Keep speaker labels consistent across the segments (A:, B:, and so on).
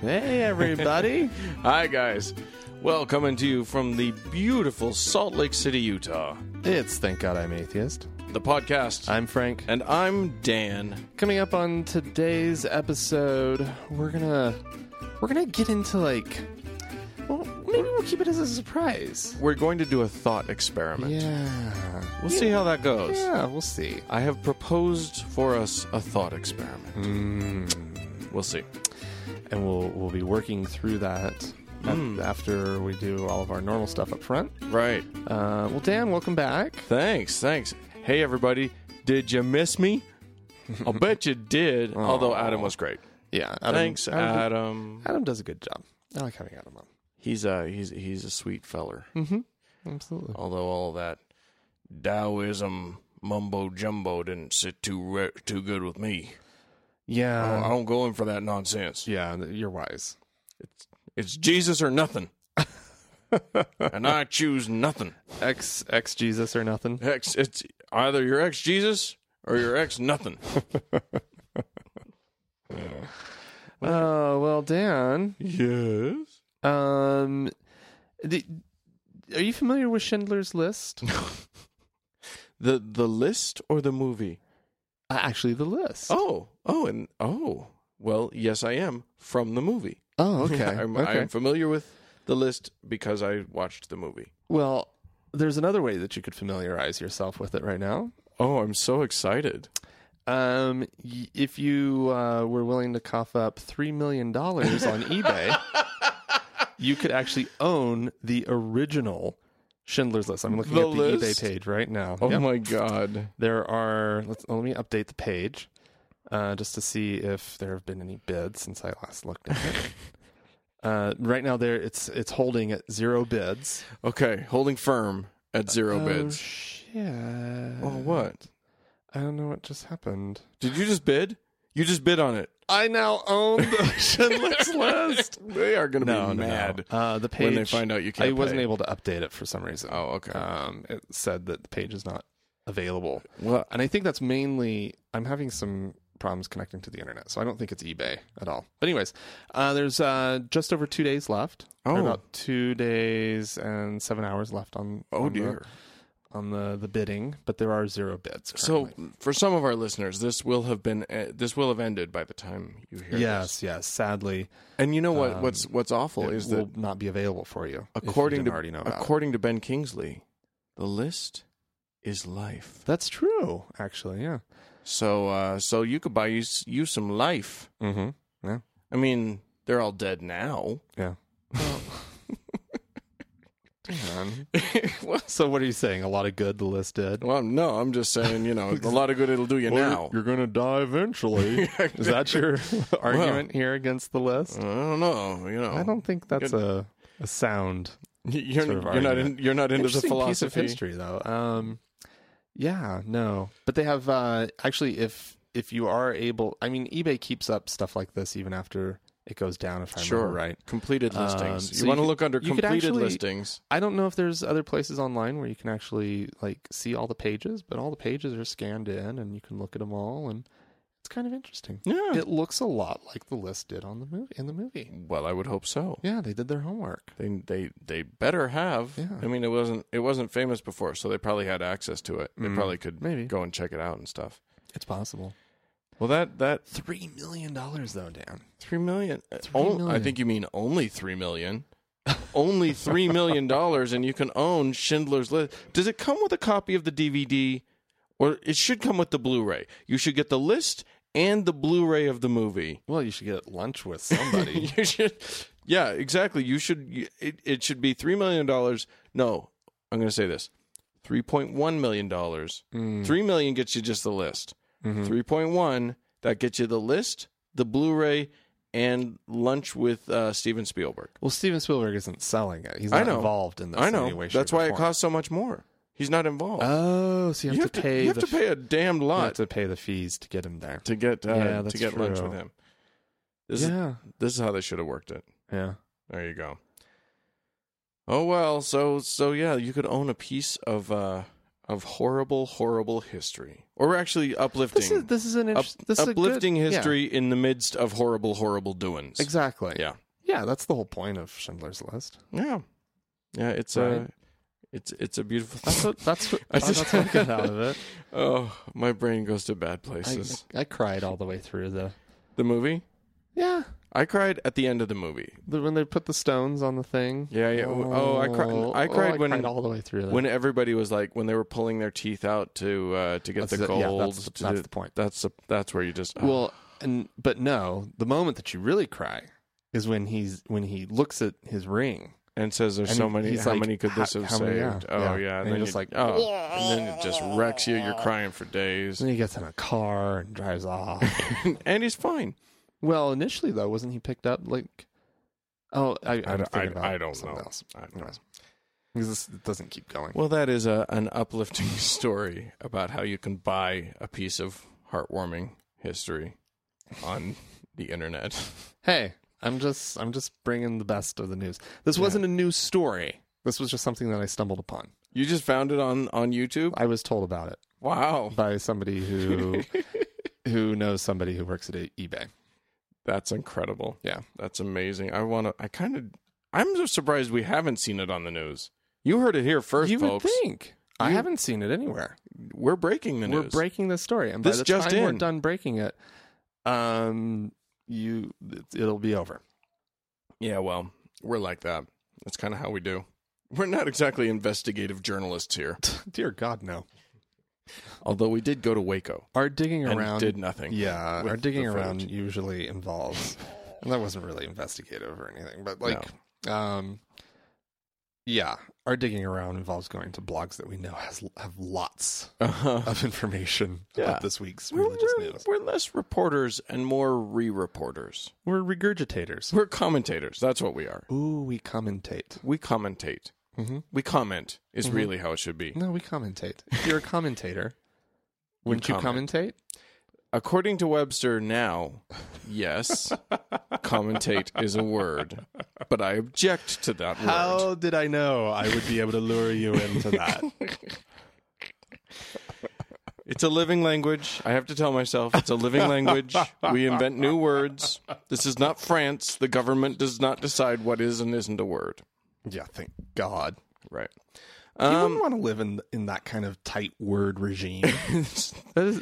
A: Hey, everybody.
B: Hi, guys. Well, coming to you from the beautiful Salt Lake City, Utah.
A: it's Thank God I'm Atheist.
B: The podcast.
A: I'm Frank.
B: and I'm Dan.
A: Coming up on today's episode, we're gonna we're gonna get into like well, maybe we'll keep it as a surprise.
B: We're going to do a thought experiment.
A: Yeah.
B: We'll see how that goes.
A: Yeah, we'll see.
B: I have proposed for us a thought experiment.
A: Hmm.
B: We'll see.
A: Mm. And we'll we'll be working through that af- after we do all of our normal stuff up front.
B: Right.
A: Uh, well, Dan, welcome back.
B: Thanks. Thanks. Hey, everybody. Did you miss me? I'll bet you did. Although Adam was great.
A: Yeah. Adam, uh,
B: Thanks,
A: Adam,
B: Adam.
A: Adam does a good job. I like having Adam on.
B: He's a he's he's a sweet feller.
A: Absolutely.
B: although all that Taoism mumbo jumbo didn't sit too re- too good with me.
A: Yeah.
B: I don't go in for that nonsense.
A: Oh, Yeah, you're wise.
B: It's Jesus or nothing, and I choose nothing.
A: Ex ex Jesus or nothing.
B: Ex, it's either your ex Jesus or your ex nothing.
A: Oh well, Dan.
B: yes.
A: Um, the, are you familiar with Schindler's List?
B: The the list or the movie?
A: Uh, Actually, the list.
B: Oh, oh, and oh. Well, yes, I am from the movie.
A: Oh, okay.
B: I'm,
A: okay.
B: I'm familiar with the list because I watched the movie.
A: Well, there's another way that you could familiarize yourself with it right now.
B: Oh, I'm so excited.
A: Um, y- if you uh, were willing to cough up three million dollars on eBay, you could actually own the original Schindler's List. I'm looking
B: The
A: at the
B: list?
A: eBay page right now.
B: Oh
A: Yep.
B: my god.
A: There are. Let's let me update the page, uh, just to see if there have been any bids since I last looked at it. uh, right now, there it's it's holding at zero bids.
B: Okay, holding firm at zero
A: Uh,
B: bids.
A: shit!
B: oh, what?
A: I don't know what just happened.
B: Did you just bid? You just bid on it.
A: I now own the Schindler's List.
B: They are going to be mad
A: Uh, the page
B: when they find out you can't.
A: I wasn't
B: pay.
A: able to update it for some reason.
B: Oh, okay.
A: Um, it said that the page is not available.
B: well,
A: And I think that's mainly I'm having some problems connecting to the internet, so I don't think it's eBay at all. But anyways, uh, there's uh, just over two days left. Or
B: Oh.
A: about two days and seven hours left on.
B: oh
A: on the-
B: dear.
A: on the the bidding, but there are zero bids.
B: So,
A: Currently.
B: for some of our listeners, this will have been uh, this will have ended by the time you hear this.
A: yes, yes. Sadly,
B: And you know what? what's what's awful
A: it
B: is that
A: will uh, not be available for you. if you
B: according
A: didn't
B: to
A: already know about it.
B: according to Ben Kingsley, the list is life.
A: That's true, actually. Yeah.
B: So, uh, so you could buy you, s- you some life.
A: Mm-hmm. Yeah.
B: I mean, they're all dead now.
A: Yeah. Hang on. so what are you saying? A lot of good the list did.
B: Well, no, I'm just saying, you know, a lot of good it'll do you now.
A: you're going to die eventually. Is that your argument here against the list?
B: I don't know, you know.
A: I don't think that's a, a sound
B: You're,
A: sort of
B: you're not in,
A: argument.
B: you're not into the
A: Interesting piece of
B: philosophy.
A: history, though. Um, yeah, no, but they have uh, actually. If if you are able, I mean, eBay keeps up stuff like this even after it goes down. If I
B: Sure,
A: remember right.
B: Completed
A: Um,
B: listings.
A: so
B: you want to
A: you could-
B: look under
A: you could
B: completed
A: actually-
B: listings.
A: I don't know if there's other places online where you can actually like see all the pages, but all the pages are scanned in and you can look at them all, and it's kind of interesting.
B: Yeah.
A: It looks a lot like the list did on the movie in the movie.
B: Well, I would hope so.
A: Yeah, they did their homework.
B: They they they better have.
A: Yeah.
B: I mean, it wasn't it wasn't famous before, so they probably had access to it. They probably could
A: Mm-hmm. maybe.
B: go and check it out and stuff.
A: It's possible.
B: Well, that that
A: Three million dollars though, Dan.
B: three million.
A: Three
B: Oh, I
A: million.
B: think you mean only three million. only three million dollars, and you can own Schindler's List. Does it come with a copy of the DVD, or it should come with the Blu-ray? You should get the list and the Blu-ray of the movie.
A: Well, you should get lunch with somebody.
B: You should, yeah, exactly. You should. you- It, it should be three million dollars. No, I'm going to say this: three point one million dollars.
A: Hmm.
B: Three million gets you just the list.
A: Mm-hmm.
B: point one that gets you the list, the Blu-ray, and lunch with uh, Steven Spielberg.
A: Well, Steven Spielberg isn't selling it. He's
B: I
A: not
B: know.
A: involved in this.
B: I
A: In
B: know
A: any way,
B: that's
A: shape, or
B: why it
A: form.
B: costs so much more. He's not involved.
A: Oh, so you have,
B: you
A: to pay.
B: you have
A: the
B: to pay a damned
A: You have
B: lot
A: to pay the fees to get him there.
B: to get uh,
A: Yeah,
B: to
A: that's
B: get lunch
A: true.
B: with him. This is
A: yeah,
B: this is how they should have worked it.
A: yeah.
B: There you go. Oh well, so so yeah, you could own a piece of uh of horrible, horrible history, or actually uplifting,
A: This is this is an
B: up-
A: interesting, this is a good-
B: uplifting
A: yeah.
B: history in the midst of horrible, horrible doings.
A: exactly.
B: Yeah,
A: yeah, that's the whole point of Schindler's List.
B: yeah, yeah. It's a,
A: Right.
B: it's it's a beautiful.
A: That's what that's what,
B: I just-
A: that's what I got out of it.
B: oh, my brain goes to bad
A: I,
B: places.
A: I cried all the way through the
B: the movie.
A: yeah
B: I cried at the end of the movie.
A: the, when they put the stones on the thing.
B: Yeah, yeah. Oh, I cried.
A: Oh,
B: I cried when
A: all the way through. That.
B: when everybody was like when they were pulling their teeth out to uh, to get
A: That's
B: the
A: it.
B: gold.
A: Yeah, that's the-
B: to
A: that's
B: do-
A: the point.
B: That's the- that's where you just oh.
A: well, and but no, the moment that you really cry is when he's when he looks at his ring.
B: and says there's
A: and
B: so
A: he-
B: many.
A: he's
B: How
A: like,
B: many could
A: "How-
B: this have
A: how
B: saved?
A: many?" Yeah,
B: oh
A: yeah.
B: yeah,
A: And
B: then
A: you're
B: you-
A: just like,
B: oh, and then it just wrecks you. You're crying for days,
A: And then he gets in a car and drives off.
B: and he's fine.
A: well, initially though, wasn't he picked up like? Oh, I,
B: I
A: I'm
B: don't, I,
A: thinking about
B: I don't
A: something
B: know.
A: else.
B: I don't know.
A: because this doesn't keep going.
B: Well, that is a, an uplifting story about how you can buy a piece of heartwarming history on the internet.
A: Hey, I'm just I'm just bringing the best of the news. This wasn't a news story. This was just something that I stumbled upon.
B: You just found it on on YouTube.
A: I was told about it
B: Wow,
A: by somebody who who knows somebody who works at E- eBay.
B: that's incredible.
A: Yeah.
B: that's amazing. I want to. I kind of. I'm just surprised we haven't seen it on the news. You heard it here first,
A: you
B: folks.
A: would think. I haven't seen it anywhere.
B: We're breaking the news.
A: We're breaking this story, and
B: This
A: by the
B: just
A: time we're
B: in.
A: done breaking it, um, you it- it'll be over.
B: Yeah, well, we're like that. That's kind of how we do. We're not exactly investigative journalists here,
A: Dear God, no.
B: although we did go to Waco
A: Our digging
B: and
A: around
B: did nothing.
A: Yeah,
B: with
A: our digging
B: the
A: around
B: footage.
A: usually involves, and that wasn't really investigative or anything, but like, um, yeah, our digging around involves going to blogs that we know has have lots
B: Uh-huh.
A: of information
B: Yeah.
A: about this week's
B: We're,
A: religious
B: we're-
A: news.
B: we're less reporters and more re-reporters.
A: We're regurgitators.
B: We're commentators. That's what we are.
A: Ooh, we commentate.
B: We commentate.
A: Mhm.
B: We comment is
A: Mm-hmm.
B: really how it should be.
A: No, we commentate. If you're a commentator, wouldn't you,
B: comment.
A: commentate?
B: According to Webster, now, yes, commentate is a word, but I object to that word.
A: did I know I would be able to lure you into that?
B: It's a living language. I have to tell myself it's a living language. We invent new words. This is not France. The government does not decide what is and isn't a word.
A: yeah, thank God.
B: Right.
A: You
B: Um,
A: wouldn't want to live in in that kind of tight word regime.
B: it's-
A: That is,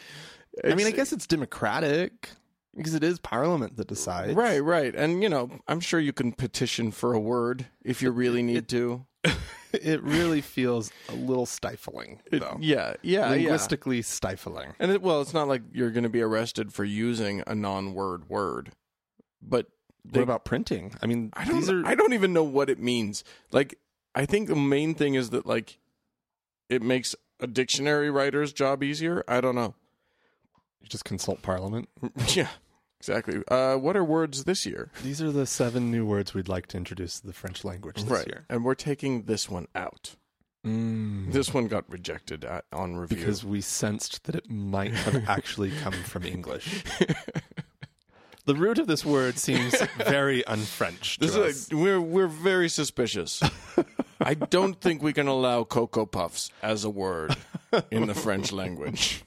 A: I mean, I guess it's democratic because it is Parliament that decides.
B: right, right. And, you know, I'm sure you can petition for a word if you really need to.
A: It really feels a little stifling, though.
B: Yeah, yeah, yeah.
A: Linguistically stifling.
B: And, it, well, it's not like you're going to be arrested for using a non word word, but They-
A: what about printing? I mean,
B: I don't.
A: these are.
B: I don't even know what it means. Like, I think the main thing is that like, it makes a dictionary writer's job easier. I don't know.
A: you just consult Parliament.
B: yeah, exactly. Uh, what are words this year?
A: These are the seven new words we'd like to introduce to the French language this year.
B: and we're taking this one out.
A: Mm,
B: This one got rejected at, on review.
A: because we sensed that it might have actually come from English. the root of this word seems very unfrench. To
B: this
A: us.
B: is like, we're we're very suspicious. I don't think we can allow cocoa puffs as a word in the French language.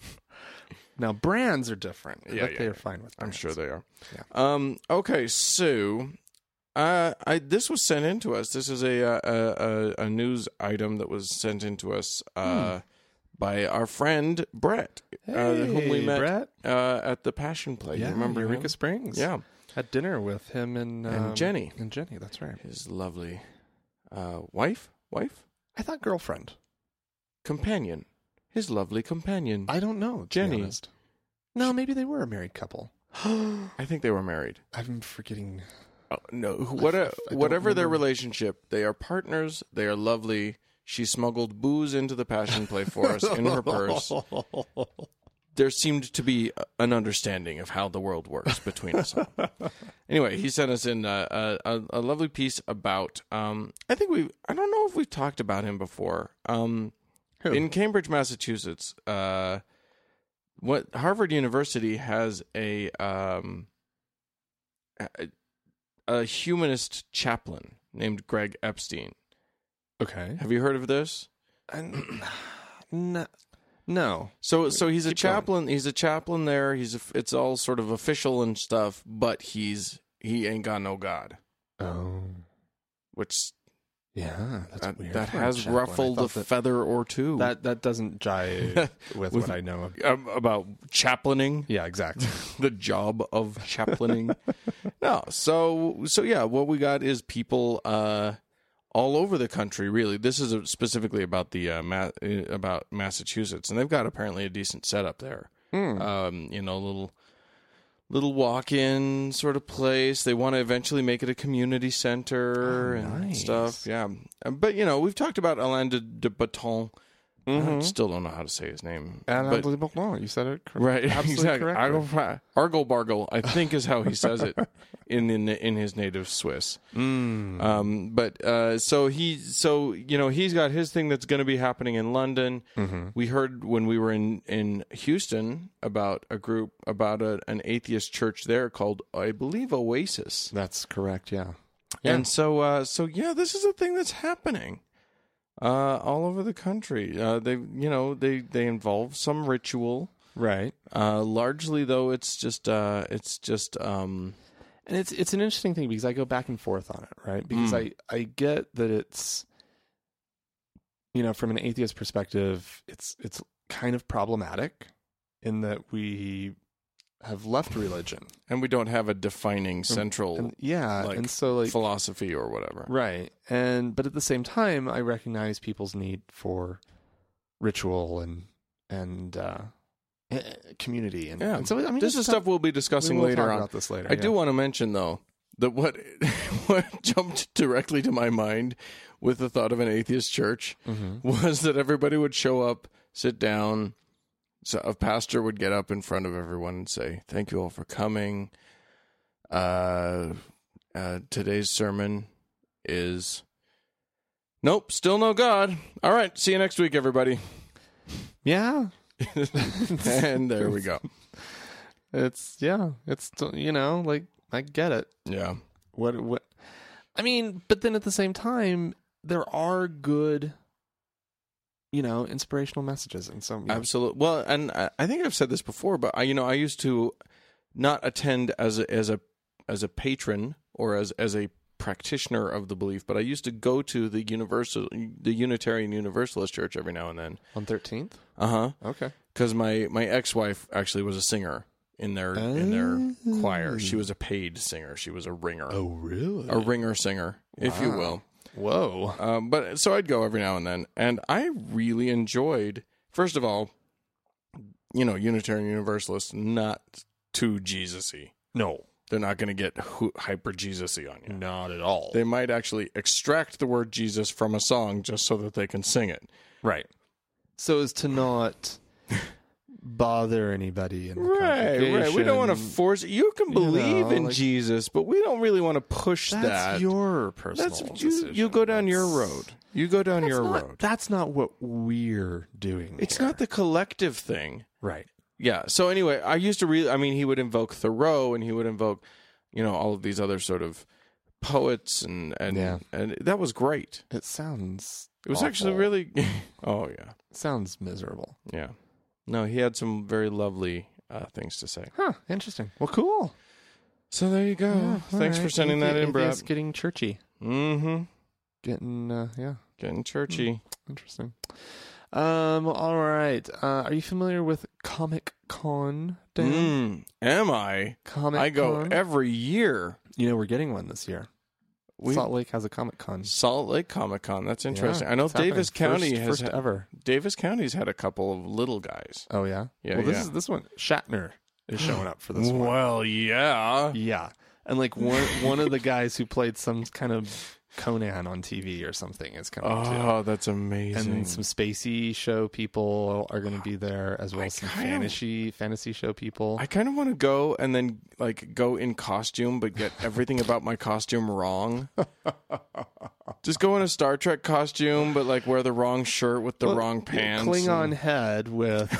A: now, brands are different.
B: Yeah,
A: but
B: yeah,
A: they
B: yeah.
A: are fine with.
B: I'm
A: Brands.
B: sure they are.
A: Yeah.
B: Um, okay, so uh, I this was sent in to us. This is a uh, a, a, a news item that was sent in to us
A: Hmm.
B: uh, by our friend Brett, uh, whom we
A: Hey,
B: met
A: Brett.
B: Uh, at the Passion Play. you remember him?
A: Eureka Springs?
B: Yeah,
A: had dinner with him and, um,
B: Jenny.
A: And Jenny, that's right.
B: his lovely uh, wife, wife,
A: I thought girlfriend.
B: companion, his lovely companion. I,
A: I don't know. to be
B: Jenny.
A: honest. No, maybe they were a married couple.
B: think they were married.
A: I'm forgetting.
B: Oh, no, what
A: I don't
B: whatever their
A: remember.
B: relationship, they are partners. They are lovely. She smuggled booze into the passion play for us in her purse. There seemed to be an understanding of how the world works between us. all. Anyway, he sent us in a, a, a, a lovely piece about. Um, I think we. I don't know if we've talked about him before. Um,
A: Who?
B: in Cambridge, Massachusetts, uh, what Harvard University has a um, a, a humanist chaplain named Greg Epstein.
A: Okay.
B: Have you heard of this?
A: And no, no.
B: So so he's a
A: going.
B: chaplain. He's a chaplain there. He's a, it's all sort of official and stuff, but he's he ain't got no god,
A: Oh,
B: which
A: yeah, that's
B: that,
A: weird.
B: that
A: for a
B: has
A: chaplain. I
B: ruffled a
A: thought that,
B: feather or two
A: that that doesn't jive with,
B: With-
A: what I know of.
B: um, about chaplaining,
A: Yeah, exactly.
B: the job of chaplaining. no, so so yeah, what we got is people uh, all over the country. Really, this is specifically about the uh, Ma- uh, about Massachusetts, and they've got apparently a decent setup there.
A: Hmm.
B: um, you know, little little walk-in sort of place. They want to eventually make it a community center
A: Oh,
B: and
A: nice.
B: stuff. Yeah, Um, but you know, we've talked about Alain de, de Botton. I
A: Mhm.
B: still don't know how to say his name.
A: And
B: but-
A: unbelievable. No, you said it correctly.
B: right,
A: absolutely
B: exactly.
A: correct.
B: Argo, Fra- Argo Bargle, I think, is how he says it in in in his native Swiss.
A: Mm.
B: Um, but uh, so he, so you know, he's got his thing that's going to be happening in London.
A: Mm-hmm.
B: We heard when we were in in Houston about a group about a, an atheist church there called, I believe, Oasis.
A: That's correct. Yeah. Yeah.
B: And so, uh, so yeah, this is a thing that's happening uh, all over the country. Uh, they, you know, they they involve some ritual.
A: Right.
B: Uh, largely, though, it's just uh, it's just um,
A: And it's it's an interesting thing because I go back and forth on it, right? Because
B: Mm.
A: I I get that it's you know, from an atheist perspective, it's it's kind of problematic in that we have left religion.
B: and we don't have a defining central
A: And yeah,
B: Mm. like,
A: and so like
B: philosophy or whatever.
A: right. And but at the same time, I recognize people's need for ritual and and uh eh, eh, community and,
B: Yeah.
A: and so I mean
B: this is stuff we'll be discussing
A: we will
B: later
A: talk
B: on.
A: about this later.
B: I
A: yeah.
B: do want to mention though that what what jumped directly to my mind with the thought of an atheist church
A: Mhm.
B: was that everybody would show up, sit down, so a pastor would get up in front of everyone and say, "Thank you all for coming. Uh, uh, today's sermon is." Nope, still no God. All right, see you next week, everybody.
A: Yeah.
B: and there we go.
A: It's yeah, it's you know, like I get it.
B: Yeah.
A: What what I mean, but then at the same time, there are good you know, inspirational messages and so
B: Absolutely. Well, and I I think I've said this before, but I, you know, I used to not attend as a, as a as a patron or as as a practitioner of the belief, but I used to go to the universal the Unitarian Universalist Church every now and then.
A: on 13th.
B: Uh huh.
A: Okay.
B: Because my my ex wife actually was a singer in their in their choir. She was a paid singer. She was a ringer,
A: really?
B: a ringer singer, if you
A: Oh. Wow.
B: will.
A: Whoa.
B: Um, but so I'd go every now and then, and I really enjoyed. First of all, you know, Unitarian Universalists not too Jesusy.
A: No.
B: They're not going to get hu- hyper Jesusy on you.
A: Not at all.
B: They might actually extract the word Jesus from a song just so that they can sing it.
A: Right. So as to not bother anybody in the
B: We don't want
A: congregation.
B: to force. You can believe
A: know,
B: in
A: like-
B: Jesus, but we don't really want to push
A: that's
B: that.
A: your personal
B: That's you. You
A: decision.
B: go down your
A: That's-
B: road. You go down
A: That's
B: your
A: not,
B: road.
A: That's not what we're doing.
B: It's
A: here.
B: not the collective thing.
A: right.
B: Yeah. So anyway, I used to really, I mean, he would invoke Thoreau and he would invoke, you know, all of these other sort of poets and and
A: Yeah.
B: and that was great.
A: It sounds.
B: It was actually
A: awful.
B: really. oh yeah,
A: sounds miserable.
B: yeah. No, he had some very lovely uh, things to say.
A: Huh. Interesting. Well, cool.
B: So there you go. Thanks for sending that in, Brad.
A: It's getting churchy.
B: Mm-hmm.
A: Getting uh, yeah,
B: Getting
A: Mm.
B: churchy.
A: interesting. Um. All right. Uh, are you familiar with Comic Con? Dan?
B: Mm. Am I?
A: Comic.
B: I go e-
A: Con?
B: every year.
A: you know, we're getting one this year.
B: We-
A: Salt Lake has a Comic Con.
B: Salt Lake Comic Con. That's interesting.
A: Yeah,
B: I know
A: it's happening.
B: Davis County
A: First-
B: has
A: first
B: had-
A: ever.
B: Davis County's had a couple of little guys.
A: Oh yeah.
B: Yeah,
A: Well, this
B: yeah.
A: is this one. Shatner is showing up for this one.
B: Well, yeah.
A: Yeah. And like one one of the guys who played some kind of Conan on TV or something is coming too.
B: Oh, that's amazing.
A: and some spacey show people are going to be there as well as some
B: kinda-
A: fantasy fantasy show people.
B: I kind of want to go and then like go in costume, but get everything about my costume wrong. Just go in a Star Trek costume, but like wear the wrong shirt with the wrong pants.
A: Klingon head with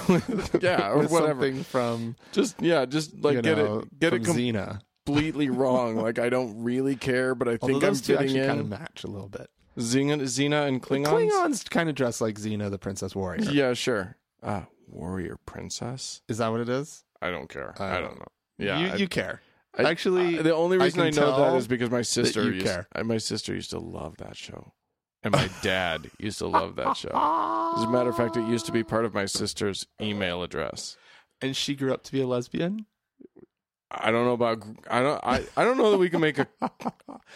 B: and- yeah, or
A: with
B: whatever.
A: something from
B: Just yeah, just like
A: you
B: get
A: know,
B: it, get
A: from
B: it
A: Xena.
B: completely wrong. Like I don't really care, but I
A: Although
B: think I'm
A: those two
B: fitting
A: actually
B: in.
A: kind of match a little bit.
B: Xena, Xena and Klingons?
A: Klingons kind of dress like Xena, the Princess Warrior.
B: Yeah, sure. Ah, warrior princess?
A: Is that what it is?
B: I don't care.
A: I
B: I
A: don't
B: don't know. Yeah.
A: Uh, you,
B: I-
A: you care.
B: I-
A: Actually,
B: I- Uh, the only
A: I
B: reason
A: can
B: I, know that
A: tell
B: is because my sister
A: you
B: used,
A: care.
B: I- my sister used to love that show, and my dad used to love that show.
A: Ah.
B: As a matter of fact, it used to be part of my sister's email address.
A: and she grew up to be a lesbian.
B: I don't know about gr- I don't I, I don't know that we can make a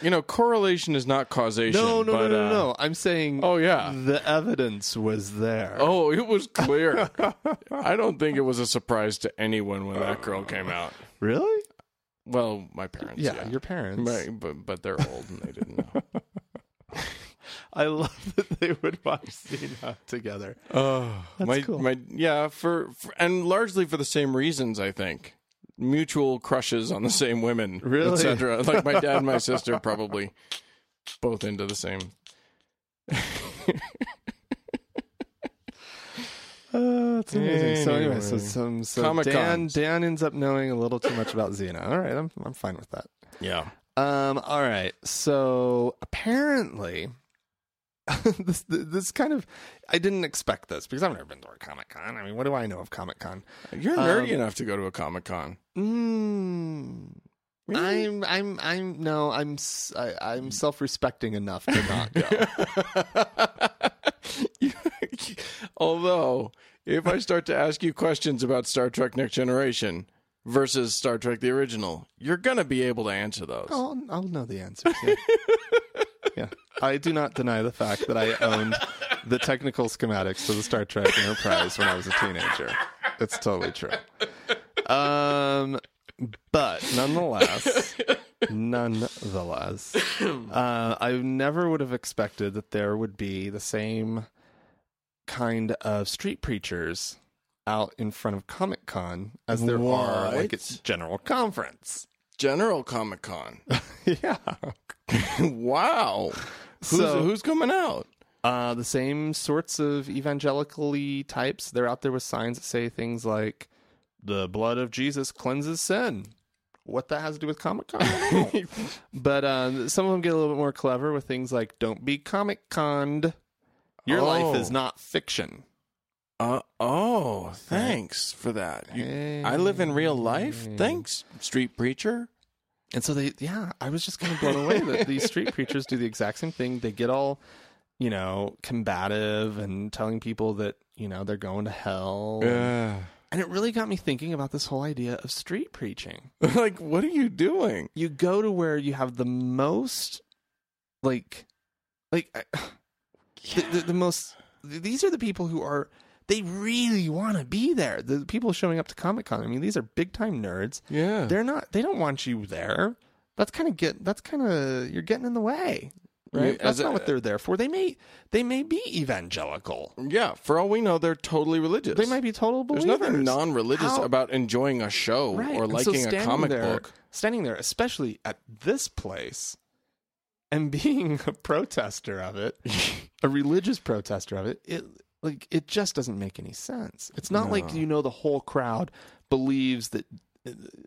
B: you know correlation is not causation.
A: No, no, no,
B: but,
A: no,
B: uh,
A: no. I'm saying
B: Oh yeah.
A: the evidence was there.
B: Oh, it was clear. I don't think it was a surprise to anyone when that girl came out.
A: really?
B: Well, my parents.
A: Yeah,
B: Yeah,
A: your parents.
B: My- but but they're old and they didn't know.
A: I love that they would watch Xena together.
B: Oh,
A: That's
B: my,
A: cool.
B: my, yeah, for, for and largely for the same reasons, I think. Mutual crushes on the same women,
A: Really?
B: etc. Like my dad and my sister probably both into the same.
A: Uh, that's amazing. So anyway, so
B: Anyway.
A: some so
B: Comic-Cons.
A: Dan Dan ends up knowing a little too much about Xena. All right, I'm I'm fine with that.
B: Yeah,
A: Um, all right. So apparently, this this kind of I didn't expect this because I've never been to a Comic Con. I mean, what do I know of Comic Con?
B: you're nerdy
A: Um,
B: enough to go to a comic con.
A: Mm, I'm I'm I'm no I'm s- I, am i am i am no i am i am self respecting enough to not go.
B: Although, if I start to ask you questions about Star Trek: Next Generation versus Star Trek: The Original, you're gonna be able to answer those.
A: I'll I'll know the answers. Yeah. yeah, I do not deny the fact that I owned the technical schematics to the Star Trek Enterprise when I was a teenager. It's totally true. Um, but nonetheless, nonetheless, uh, I never would have expected that there would be the same kind of street preachers out in front of Comic Con as there are like at
B: What?
A: general conference.
B: General Comic Con.
A: yeah.
B: wow. Who's,
A: So-
B: who's coming out?
A: Uh, the same sorts of evangelically types. They're out there with signs that say things like, the blood of Jesus cleanses sin. What that has to do with Comic Con? but uh, some of them get a little bit more clever with things like, don't be Comic Conned. Your
B: Oh.
A: life is not fiction.
B: Uh, oh, thanks for that. You- I live in real life. Thanks, street preacher.
A: And so they, yeah, I was just kind of blown away that these street preachers do the exact same thing. They get all, you know, combative and telling people that, you know, they're going to hell. And it really got me thinking about this whole idea of street preaching.
B: like, what are you doing?
A: You go to where you have the most, like, like I- the, the, the most. th- These are the people who are they really want to be there. The people showing up to Comic Con. I mean, these are big time nerds.
B: Yeah.
A: They're not. They don't want you there. That's kind of get. That's kind of you're getting in the way, right?
B: Yeah, as
A: that's not
B: a-
A: what they're there for. They may they may be evangelical.
B: yeah. For all we know, they're totally religious.
A: They might be total believers.
B: There's nothing non-religious
A: How-
B: about enjoying a show or
A: and so
B: liking a
A: standing
B: comic
A: there-
B: book.
A: Standing there, especially at this place, and being a protester of it, a religious protester of it, it like it just doesn't make any sense. It's not like you know the whole crowd believes that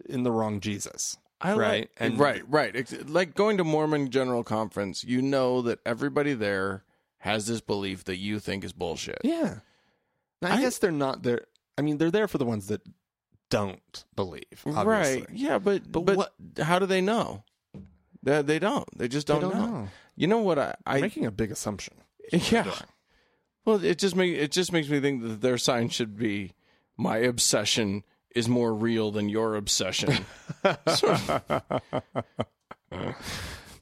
A: in the wrong Jesus.
B: I like-
A: right, and-
B: right, right. Ex- Like going to Mormon General Conference, you know that everybody there has this belief that you think is bullshit.
A: Yeah, Now, I,
B: I-
A: guess they're not there. I mean, they're there for the ones that don't believe. Obviously.
B: Right. Yeah, but but,
A: what-
B: how do they know? They, they don't. They just
A: They
B: don't, know. You know what I,
A: I'm
B: I
A: making a big assumption.
B: yeah. Well, it just make it just makes me think that their sign should be my obsession is more real than your obsession.
A: Well,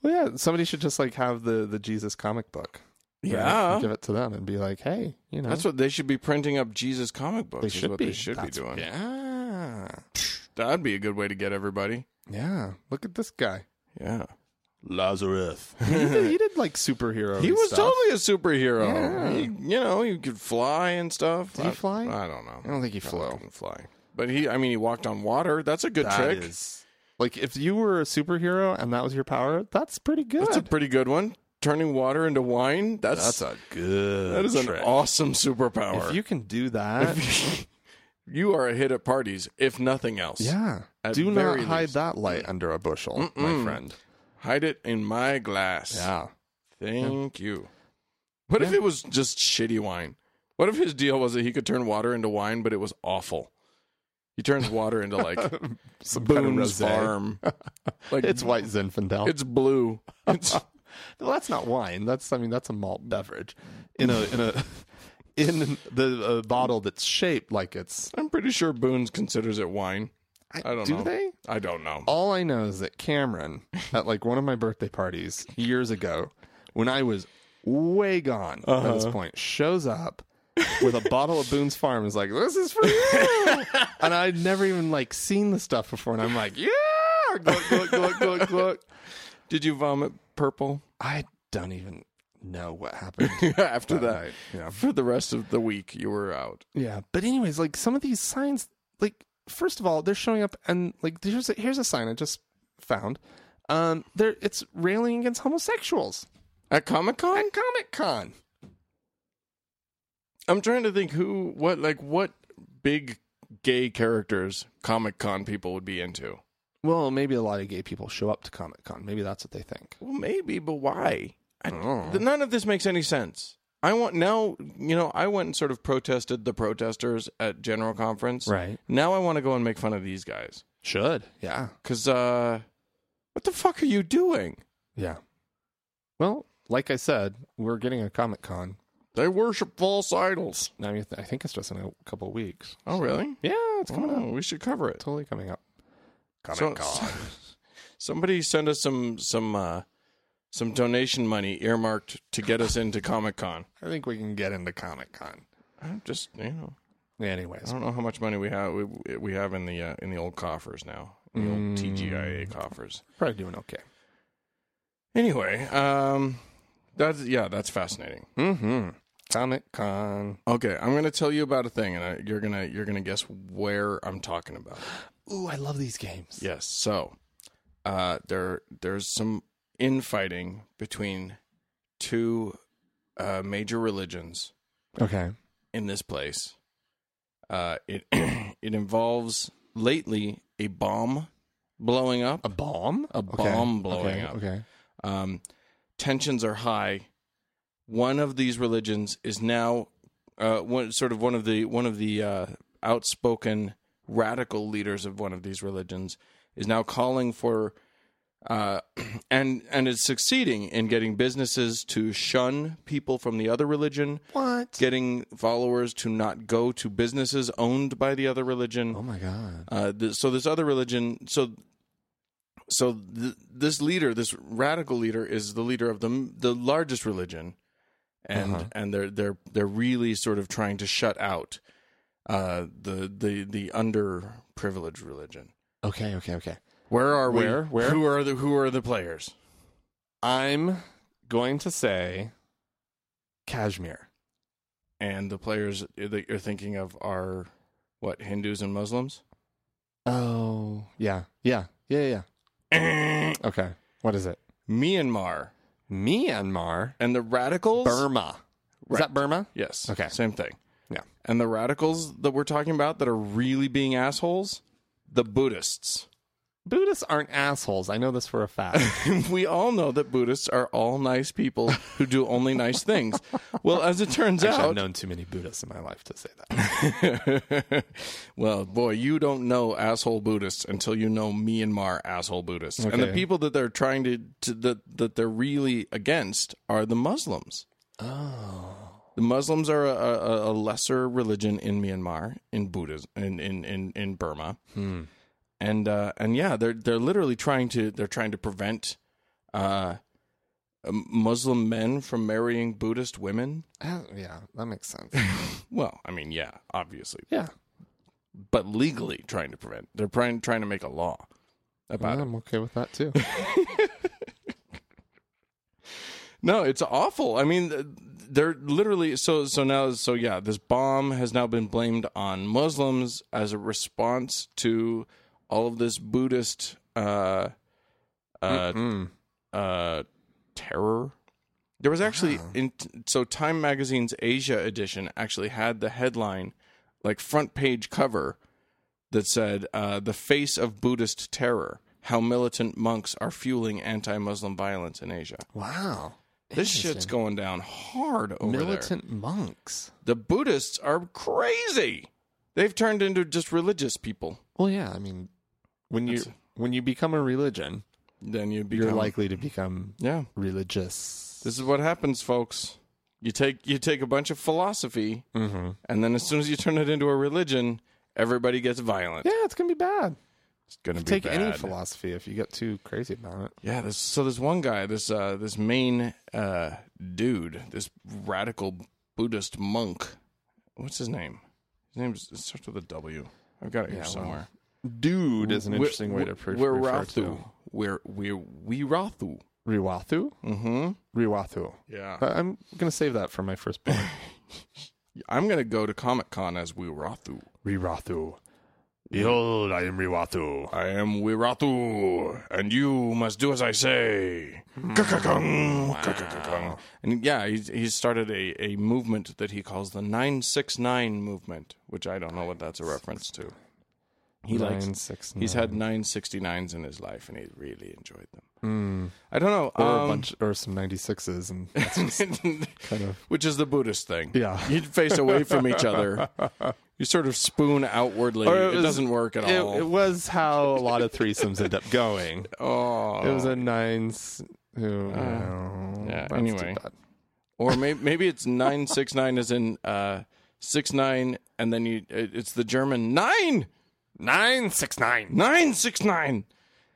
A: yeah, somebody should just like have the the Jesus comic book. right?
B: Yeah.
A: And give it to them and be like, hey, you know,
B: That's what they should be printing up Jesus comic books. is
A: should
B: what
A: be.
B: they should
A: That's-
B: be doing.
A: yeah,
B: That'd be a good way to get everybody.
A: yeah. Look at this guy.
B: Yeah. Lazarus.
A: He did, he did, like superhero.
B: He was
A: stuff.
B: totally a superhero.
A: Yeah.
B: He, you know, he could fly and stuff. Did
A: he fly?
B: I don't know.
A: I don't think he flew.
B: couldn't fly. But he, I mean, he walked on water. That's a good
A: That
B: trick.
A: is- like if you were a superhero and that was your power, that's pretty good.
B: That's a pretty good one. Turning water into wine. That's,
A: a good.
B: that is an
A: trick.
B: awesome superpower.
A: If you can do that,
B: You are a hit at parties, if nothing else.
A: yeah.
B: At
A: do not
B: very
A: hide
B: least.
A: that light under a bushel, my friend.
B: Hide it in my glass.
A: Yeah.
B: Thank you. What if it was just shitty wine? What if his deal was that he could turn water into wine, but it was awful? He turns water into like
A: Some kind of
B: Boone's
A: rosé.
B: Farm. Like
A: It's white Zinfandel.
B: It's blue. It's
A: well, that's not wine. That's I mean that's a malt beverage in a in a in the uh, bottle that's shaped like it's.
B: I'm pretty sure Boone's considers it wine. I Oh. don't
A: do
B: know.
A: they?
B: I don't know.
A: All I know is that Cameron at like one of my birthday parties years ago, when I was way gone at this point, shows up with a bottle of Boone's Farm. And is like, this is for you, and I'd never even like seen the stuff before, and I'm like, yeah, glug glug glug glug glug.
B: Did you vomit purple
A: I don't even know what happened.
B: after that?
A: night, yeah.
B: Uh, For the rest of the week, you were out.
A: Yeah, but anyways, like some of these signs, like first of all, they're showing up and like here's a, here's a sign I just found. Um, there it's railing against homosexuals
B: At Comic Con?
A: at Comic Con.
B: I'm trying to think who, what, like, what big gay characters Comic Con people would be into.
A: Well, maybe a lot of gay people show up to Comic Con. Maybe that's what they think.
B: Well, maybe, but why? I,
A: Oh.
B: th- none of this makes any sense. I want now, you know, I went and sort of protested the protesters at General Conference.
A: Right.
B: Now I want to go and make fun of these guys.
A: Should. Yeah.
B: Because, uh, what the fuck are you doing?
A: Yeah. Well, like I said, we're getting a Comic Con.
B: They worship false idols.
A: I mean, I think it's just in a couple of weeks.
B: Oh, really?
A: Yeah, it's coming up.
B: Oh, we should cover it.
A: Totally coming up. Comic
B: So-
A: Con.
B: Somebody send us some, some, uh, some donation money earmarked to get us into Comic Con.
A: I think we can get into Comic Con.
B: I'm just, you know. I
A: Anyways,
B: don't know how much money we have. We, we have in the uh, in the old coffers now, in the old TGIA coffers.
A: probably doing okay.
B: Anyway, um, that's yeah, that's fascinating.
A: Mm-hmm. Comic Con.
B: Okay, I'm gonna tell you about a thing, and I, you're gonna you're gonna guess where I'm talking about.
A: Ooh, I love these games.
B: Yes, so uh, there there's some infighting between two uh, major religions
A: Okay.
B: in this place. Uh, it it involves lately a bomb blowing up.
A: A bomb?
B: A bomb blowing
A: okay.
B: up.
A: Okay.
B: um, tensions are high. One of these religions is now uh, one, sort of one of the one of the uh, outspoken radical leaders of one of these religions is now calling for uh, and and is succeeding in getting businesses to shun people from the other religion,
A: What?
B: getting followers to not go to businesses owned by the other religion.
A: oh my god.
B: Uh, th- so this other religion, so so th- this leader, this radical leader, is the leader of the m- the largest religion, and and they're they're they're really sort of trying to shut out uh, the the the underprivileged religion.
A: Okay. Okay. Okay.
B: Where are we?
A: Where? Where?
B: Who are the Who are the players?
A: I'm going to say Kashmir.
B: And the players uh, that you're thinking of are what Hindus and Muslims.
A: Oh yeah. Yeah. Yeah. Yeah. yeah. okay. What is it?
B: Myanmar
A: Myanmar.
B: and the radicals.
A: Burma. Is that Burma?
B: Yes.
A: Okay.
B: Same thing.
A: Yeah.
B: And the radicals that we're talking about that are really being assholes, the Buddhists.
A: Buddhists aren't assholes. I know this for a fact.
B: we all know that Buddhists are all nice people who do only nice things. Well, as it turns
A: I've
B: out,
A: known too many Buddhists in my life to say that.
B: well, boy, you don't know asshole Buddhists until you know Myanmar asshole Buddhists. And the
A: Okay.
B: people that they're trying to, to that that they're really against are the Muslims. Oh. The Muslims are a, a, a lesser religion in Myanmar, in Buddhism, in in in, in Burma, and uh, and yeah, they're they're literally trying to they're trying to prevent uh, Muslim men from marrying Buddhist women.
A: Uh, yeah, that makes sense.
B: Well, I mean, yeah, obviously,
A: Yeah.
B: but legally trying to prevent. They're trying trying to make a law about it.
A: I'm okay with that too.
B: No, it's awful. I mean, th- they're literally so so now so yeah. This bomb has now been blamed on Muslims as a response to all of this Buddhist uh, uh, uh, terror. There was actually in so Time Magazine's Asia edition actually had the headline, like front page cover, that said uh, "The Face of Buddhist Terror: How Militant Monks Are Fueling Anti-Muslim Violence in Asia."
A: Wow.
B: This shit's going down hard over there.
A: Militant monks.
B: The Buddhists are crazy. They've turned into just religious people.
A: Well, yeah. I mean, when you
B: That's-
A: when you become a religion,
B: Then you become
A: you're likely to become
B: yeah.
A: religious.
B: This is what happens, folks. You take you take a bunch of philosophy,
A: Mm-hmm.
B: and then as soon as you turn it into a religion, everybody gets violent.
A: Yeah, it's gonna be bad.
B: It's gonna be
A: Take any
B: bad.
A: philosophy if you get too crazy about it.
B: Yeah, this, so this one guy, this uh, this main uh, dude, this radical Buddhist monk. What's his name? His name is, it starts with a W. I've got it here
A: well,
B: somewhere.
A: Dude is an
B: Wi-
A: interesting way to pre-
B: Wi-
A: refer to.
B: Wirathu. We're we're Wirathu.
A: Riwathu,
B: Mm-hmm.
A: Riwathu.
B: Yeah.
A: I- I'm gonna save that for my firstborn.
B: I'm gonna go to Comic Con as Wirathu.
A: Riwathu. Behold, I am Riwathu.
B: I am Wiratu, and you must do as I say.
A: Hmm.
B: Ka-ka-kung, ka-ka-ka-kung. And yeah, he's, he's started a, a movement that he calls the 969 movement, which I don't know what that's a reference to. He likes.
A: Nine, six,
B: He's
A: nine. Hmm.
B: had 969s in his life, and he really enjoyed them. I don't know.
A: or a
B: um,
A: bunch or some 96s and kind of
B: which is the Buddhist thing.
A: Yeah.
B: You'd face away from each other. You sort of spoon outwardly.
A: Or it
B: it,
A: was-
B: doesn't work at all.
A: it, it was how a lot of threesomes end up going.
B: oh. Uh,
A: It was a nine. s- oh, no,
B: yeah,
A: that's
B: anyway.
A: too bad.
B: or maybe maybe it's nine six nine as in uh six nine, and then you it- it's the German nine
A: nine six nine.
B: nine six nine.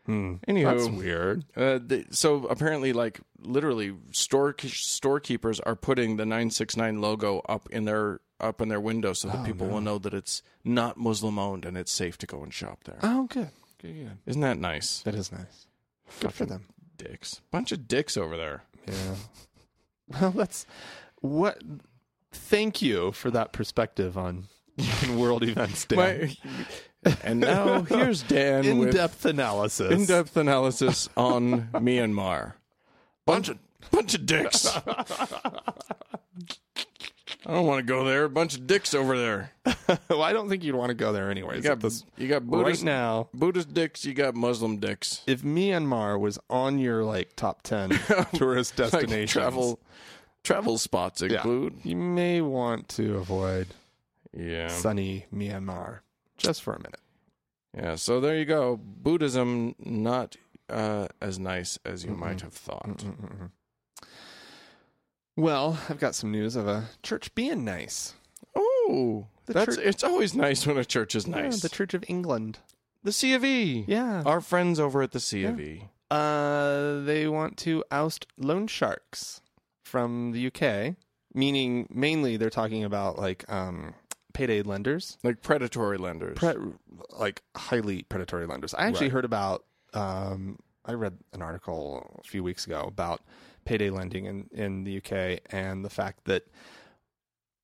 A: Hmm. That's
B: Anywho,
A: weird.
B: uh, the, so apparently, like literally, store storekeepers are putting the nine six nine logo up in their up in their window so
A: Oh,
B: that people will know that it's not Muslim owned and it's safe to go and shop there.
A: Oh, good. Good, good.
B: Isn't that nice?
A: That is nice. Good for them.
B: Dicks, bunch of dicks over there.
A: Yeah. Well, that's what. Thank you for that perspective on world events, Dan.
B: My- and now here's Dan with
A: in-depth analysis.
B: in-depth analysis on Myanmar. Bunch of bunch of dicks. I don't want to go there. A bunch of dicks over there.
A: well, I don't think you'd want to go there, anyways.
B: You got
A: at this
B: you got
A: right
B: Buddhist
A: now.
B: Buddhist dicks. You got Muslim dicks.
A: If Myanmar was on your like top ten tourist
B: Like
A: destinations,
B: travel travel spots include.
A: you may want to avoid
B: Yeah. yeah.
A: sunny Myanmar just for a minute.
B: So there you go. Buddhism not uh, as nice as you might have thought.
A: Well, I've got some news of a church being nice.
B: Oh, that's
A: church-
B: it's always nice when a church is nice.
A: the Church of England.
B: the C of E.
A: Yeah.
B: Our friends over at the C of E.
A: Uh, they want to oust loan sharks from the UK, meaning mainly they're talking about like um, payday lenders,
B: like predatory lenders.
A: pre- like highly predatory lenders. I actually heard about. Um, I read an article a few weeks ago about payday lending in, in the UK and the fact that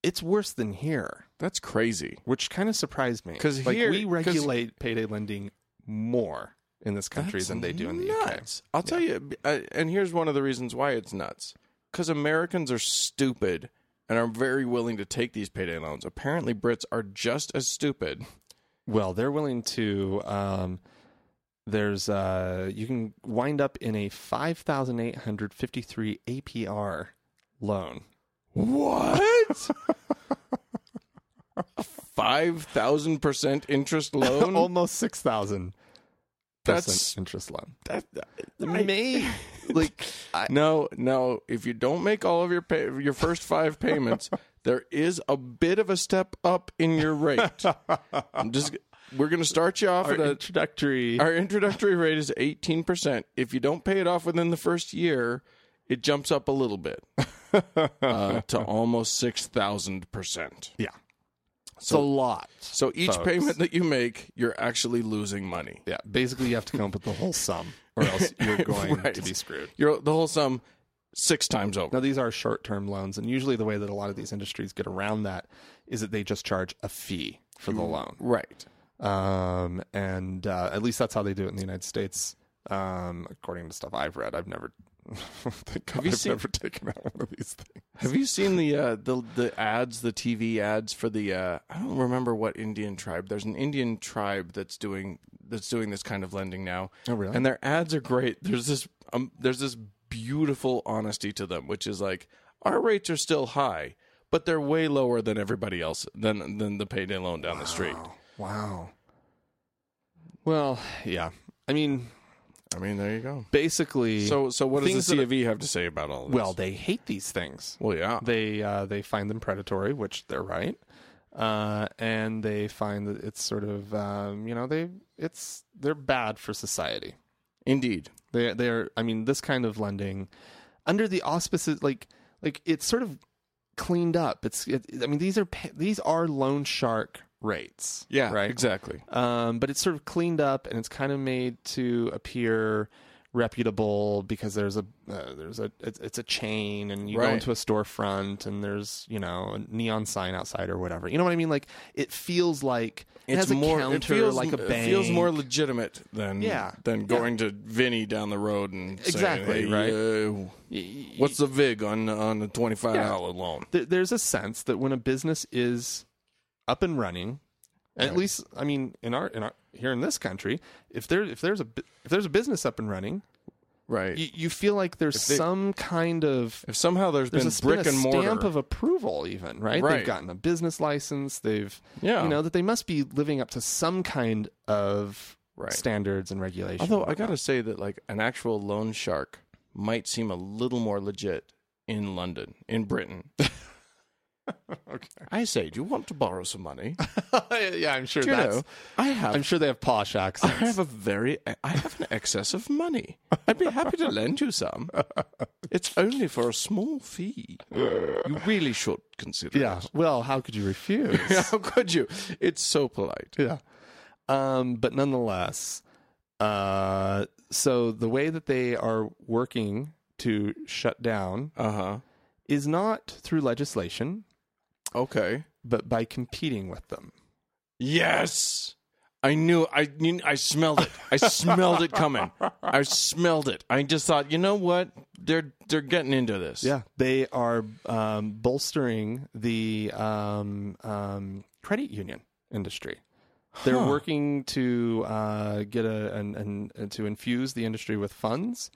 A: it's worse than here,
B: That's crazy.
A: which kind of surprised me.
B: 'Cause
A: like,
B: here-
A: we
B: 'cause-
A: regulate payday lending more in this country than they do in the UK.
B: nuts. I'll tell you, uh, and here's one of the reasons why it's nuts. Because Americans are stupid and are very willing to take these payday loans. Apparently, Brits are just as stupid.
A: Well, they're willing to. Um, there's uh, you can wind up in a five thousand eight hundred fifty three APR loan.
B: What? Five thousand percent interest loan.
A: Almost six thousand.
B: That's-
A: interest loan.
B: That-
A: May like I,
B: no, no. If you don't make all of your pay- your first five payments, there is a bit of a step up in your rate. I'm just. We're going to start you off
A: our
B: at a
A: introductory.
B: Our introductory rate is 18%. If you don't pay it off within the first year, it jumps up a little bit uh, to almost 6,000%.
A: yeah, it's a lot.
B: So each
A: Folks.
B: payment that you make, you're actually losing money.
A: Yeah, basically you have to come up with the whole sum, or else you're going
B: Right.
A: to be screwed.
B: You're, the whole sum six times over.
A: Now, these are short term loans, and usually the way that a lot of these industries get around that is that they just charge a fee for the loan.
B: Right.
A: Um, and uh, at least that's how they do it in the United States, um, according to stuff I've read. I've never, thank God,
B: you
A: I've
B: seen-
A: never taken out one of these things.
B: Have you seen the uh, the the ads, the TV ads for the uh, I don't remember what Indian tribe. There's an Indian tribe that's doing that's doing this kind of lending now.
A: Oh, really?
B: And their ads are great. There's this um, there's this beautiful honesty to them, which is like our rates are still high, but they're way lower than everybody else than than the payday loan down the street.
A: Wow. Well, yeah. I mean,
B: I mean, there you go.
A: basically,
B: So so what
A: Things
B: does the
A: that
B: C
A: are-
B: of E have to say about all of this?
A: well, they hate these things.
B: well, yeah.
A: They uh, they find them predatory, which they're right, uh, and they find that it's sort of um, you know they it's they're bad for society.
B: Indeed.
A: They they are. I mean, this kind of lending under the auspices like like it's sort of cleaned up. It's it, I mean these are pa- these are loan shark rates.
B: Yeah,
A: Right.
B: exactly.
A: Um, but it's sort of cleaned up and it's kind of made to appear reputable because there's a uh, there's a it's, it's a chain and you
B: Right.
A: go into a storefront and there's you know a neon sign outside or whatever. You know what I mean? Like it feels like it has a counter like a bank.
B: It feels more legitimate than
A: Yeah.
B: than going to Vinny down the road and saying,
A: Exactly,
B: "Hey, uh,
A: Y- y-
B: what's the vig on on a twenty five dollar loan?
A: there, there's a sense that when a business is up and running, and at least I mean in our in our here in this country, if there if there's a bu- if there's a business up and running,
B: Right.
A: you, you feel like there's
B: they-
A: some kind of
B: if somehow
A: there's
B: been
A: a,
B: brick
A: been a
B: and mortar,
A: stamp of approval even right?
B: Right.
A: they've gotten a business license they've
B: Yeah.
A: you know that they must be living up to some kind of
B: Right.
A: standards and regulations
B: Although I gotta say that like an actual loan shark might seem a little more legit in London, in Britain.
A: okay
B: I say, do you want to borrow some money?
A: yeah i'm sure
B: Do you
A: that's
B: know, I have.
A: i'm sure they have posh
B: I
A: accents
B: have a very, I have an excess of money. I'd be happy to lend you some. It's only for a small fee. You really should consider
A: yeah
B: it.
A: well how could you refuse
B: How could you? It's so polite.
A: yeah um but nonetheless uh so the way that they are working to shut down
B: Uh huh.
A: is not through legislation
B: Okay.
A: but by competing with them
B: Yes. I knew. I knew. I smelled it. I smelled it coming. I smelled it. I just thought, you know what? They're they're getting into this.
A: Yeah, they are um, bolstering the um, um, credit union industry. They're
B: Huh.
A: working to uh, get a and, and, and to infuse the industry with funds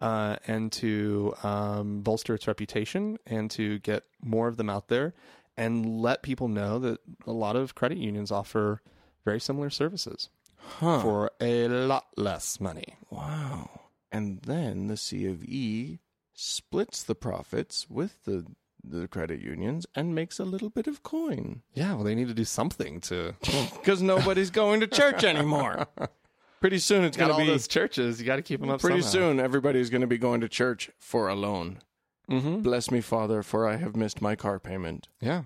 A: uh, and to um, bolster its reputation and to get more of them out there and let people know that a lot of credit unions offer very similar services
B: Huh.
A: for a lot less money.
B: Wow. And then the C of E splits the profits with the the credit unions and makes a little bit of coin
A: Yeah, well, they need to do something to
B: because nobody's going to church anymore. Pretty soon it's
A: got
B: going
A: all
B: to be
A: those churches. You got to keep them up.
B: pretty
A: somehow.
B: soon everybody's going to be going to church for a loan.
A: Mm-hmm.
B: Bless me, Father, for I have missed my car payment.
A: Yeah.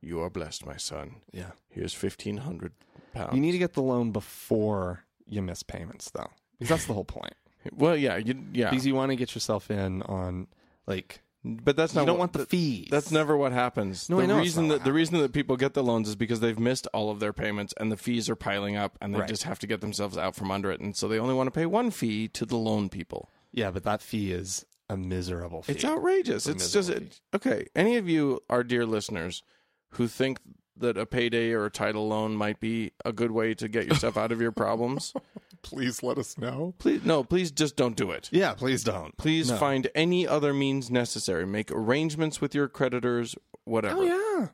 B: You are blessed, my son.
A: Yeah.
B: Here's fifteen hundred
A: You
B: pounds.
A: need to get the loan before you miss payments, though, because that's the whole point.
B: well, yeah, you, yeah,
A: Because you want to get yourself in on, like,
B: but that's not.
A: you don't
B: what-
A: want the fees.
B: That's never what happens.
A: No,
B: the
A: I know it's
B: reason
A: not
B: that
A: what
B: the reason that people get the loans is because they've missed all of their payments and the fees are piling up, and they
A: Right.
B: just have to get themselves out from under it. And so they only want to pay one fee to the loan people.
A: yeah, but that fee is a miserable fee.
B: It's outrageous.
A: a
B: It's just
A: miserable
B: it, okay. Any of you, our dear listeners, who think that a payday or a title loan might be a good way to get yourself out of your problems,
A: Please let us know.
B: please no, please just don't do it.
A: Yeah, please don't.
B: Please
A: No.
B: find any other means necessary. Make arrangements with your creditors, whatever.
A: Oh yeah.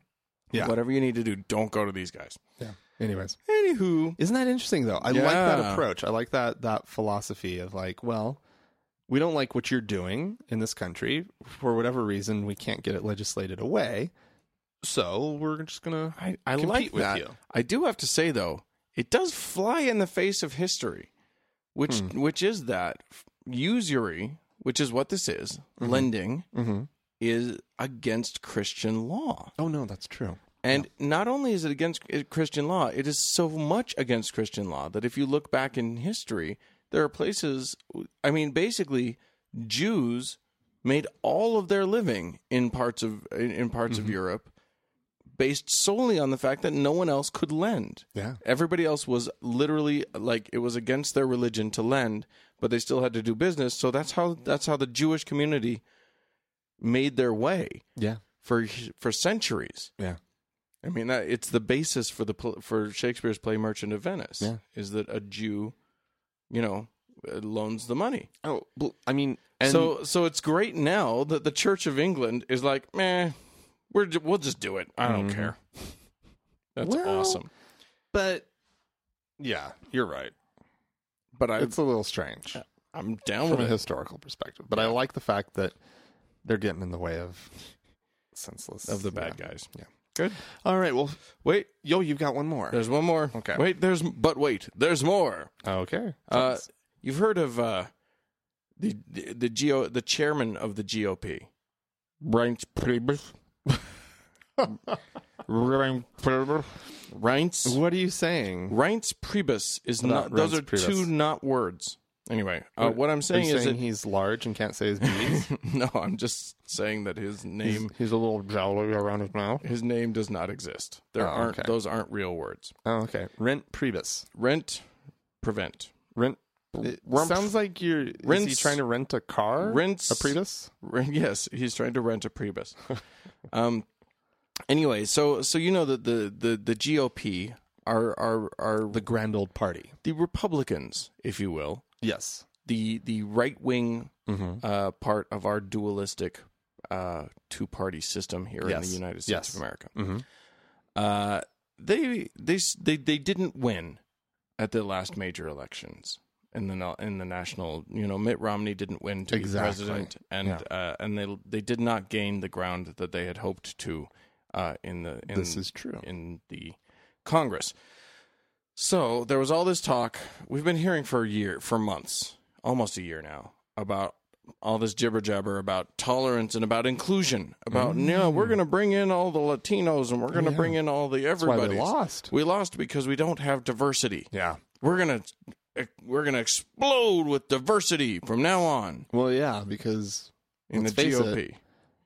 A: Yeah.
B: Whatever you need to do, don't go to these guys.
A: Yeah. Anyways,
B: Anywho,
A: isn't that interesting though? I like that
B: Yeah.
A: approach. I like that that philosophy of like, well, we don't like what you're doing in this country for whatever reason. We can't get it legislated away, so we're just gonna
B: I, I
A: Compete
B: like
A: with
B: that.
A: you.
B: I do have to say though, it does fly in the face of history, which
A: Hmm.
B: which is that f- usury, which is what this is,
A: Mm-hmm.
B: lending
A: Mhm.
B: is against Christian law.
A: Oh no, that's true.
B: And not only is it against c- Christian law, it is so much against Christian law that if you look back in history, there are places I mean basically Jews made all of their living in parts of in, in parts of Europe based solely on the fact that no one else could lend.
A: Yeah.
B: Everybody else was literally like it was against their religion to lend, but they still had to do business. So that's how that's how the Jewish community made their way
A: Yeah.
B: for for centuries.
A: Yeah.
B: I mean, that, it's the basis for the pl- for Shakespeare's play Merchant of Venice.
A: Yeah.
B: Is that a Jew, you know, uh, loans the money.
A: Oh, bl- I mean, and
B: so so it's great now that the Church of England is like, meh, we're ju- we'll just do it. I don't care. That's
A: Mm-hmm. Well-
B: awesome.
A: but yeah, you're right.
B: But I
A: It's a little strange
B: I'm down
A: from a
B: with it.
A: historical perspective, but I like the fact that they're getting in the way of senseless
B: Of the bad guys.
A: Yeah.
B: Good.
A: All right. Well,
B: Wait,
A: yo, you've got one more.
B: there's one more.
A: Okay.
B: Wait, there's but wait, there's more.
A: Okay.
B: Uh, you've heard of uh, the, the the geo the chairman of the GOP, Reince Priebus. Reince
A: what are you saying?
B: Reince Priebus is
A: Not
B: not. those
A: Reince
B: are two
A: Priebus.
B: not words. Anyway, uh, what I'm
A: Are
B: saying
A: you
B: is
A: saying
B: that
A: he's large and can't say his beads?
B: no, I'm just saying that his name
A: he's a little jowly around his mouth.
B: his name does not exist. There
A: Oh,
B: aren't
A: okay.
B: those aren't real words.
A: Oh, okay. Rent Priebus.
B: Rent, prevent.
A: Rent. It sounds like you're. Is he
B: Rinse-
A: trying to rent a car?
B: Rinse-
A: a Priebus.
B: Re- Yes, he's trying to rent a Priebus. um, anyway, so so you know that the the the GOP are are are the,
A: grand old party.
B: Republicans, if you will,
A: Yes.
B: the the right wing
A: Mm-hmm.
B: uh, part of our dualistic uh, two party system here in
A: Yes.
B: the United States
A: Yes.
B: of America.
A: Mhm.
B: Uh, they they s- they they didn't win at the last major elections in the na- in the national. You know, Mitt Romney didn't win to
A: Exactly.
B: be president, and uh, and they they did not gain the ground that they had hoped to uh, in the in,
A: This is true.
B: in the Congress. So there was all this talk we've been hearing for a year, for months, almost a year now, about all this jibber jabber about tolerance and about inclusion. About
A: Mm.
B: no, we're going to bring in all the Latinos and we're going to bring in all the
A: Why
B: everybody.
A: they lost?
B: We lost because we don't have diversity.
A: Yeah.
B: We're gonna eh, we're gonna explode with diversity from now on
A: Well, yeah, because
B: in
A: Let's
B: the
A: face
B: GOP.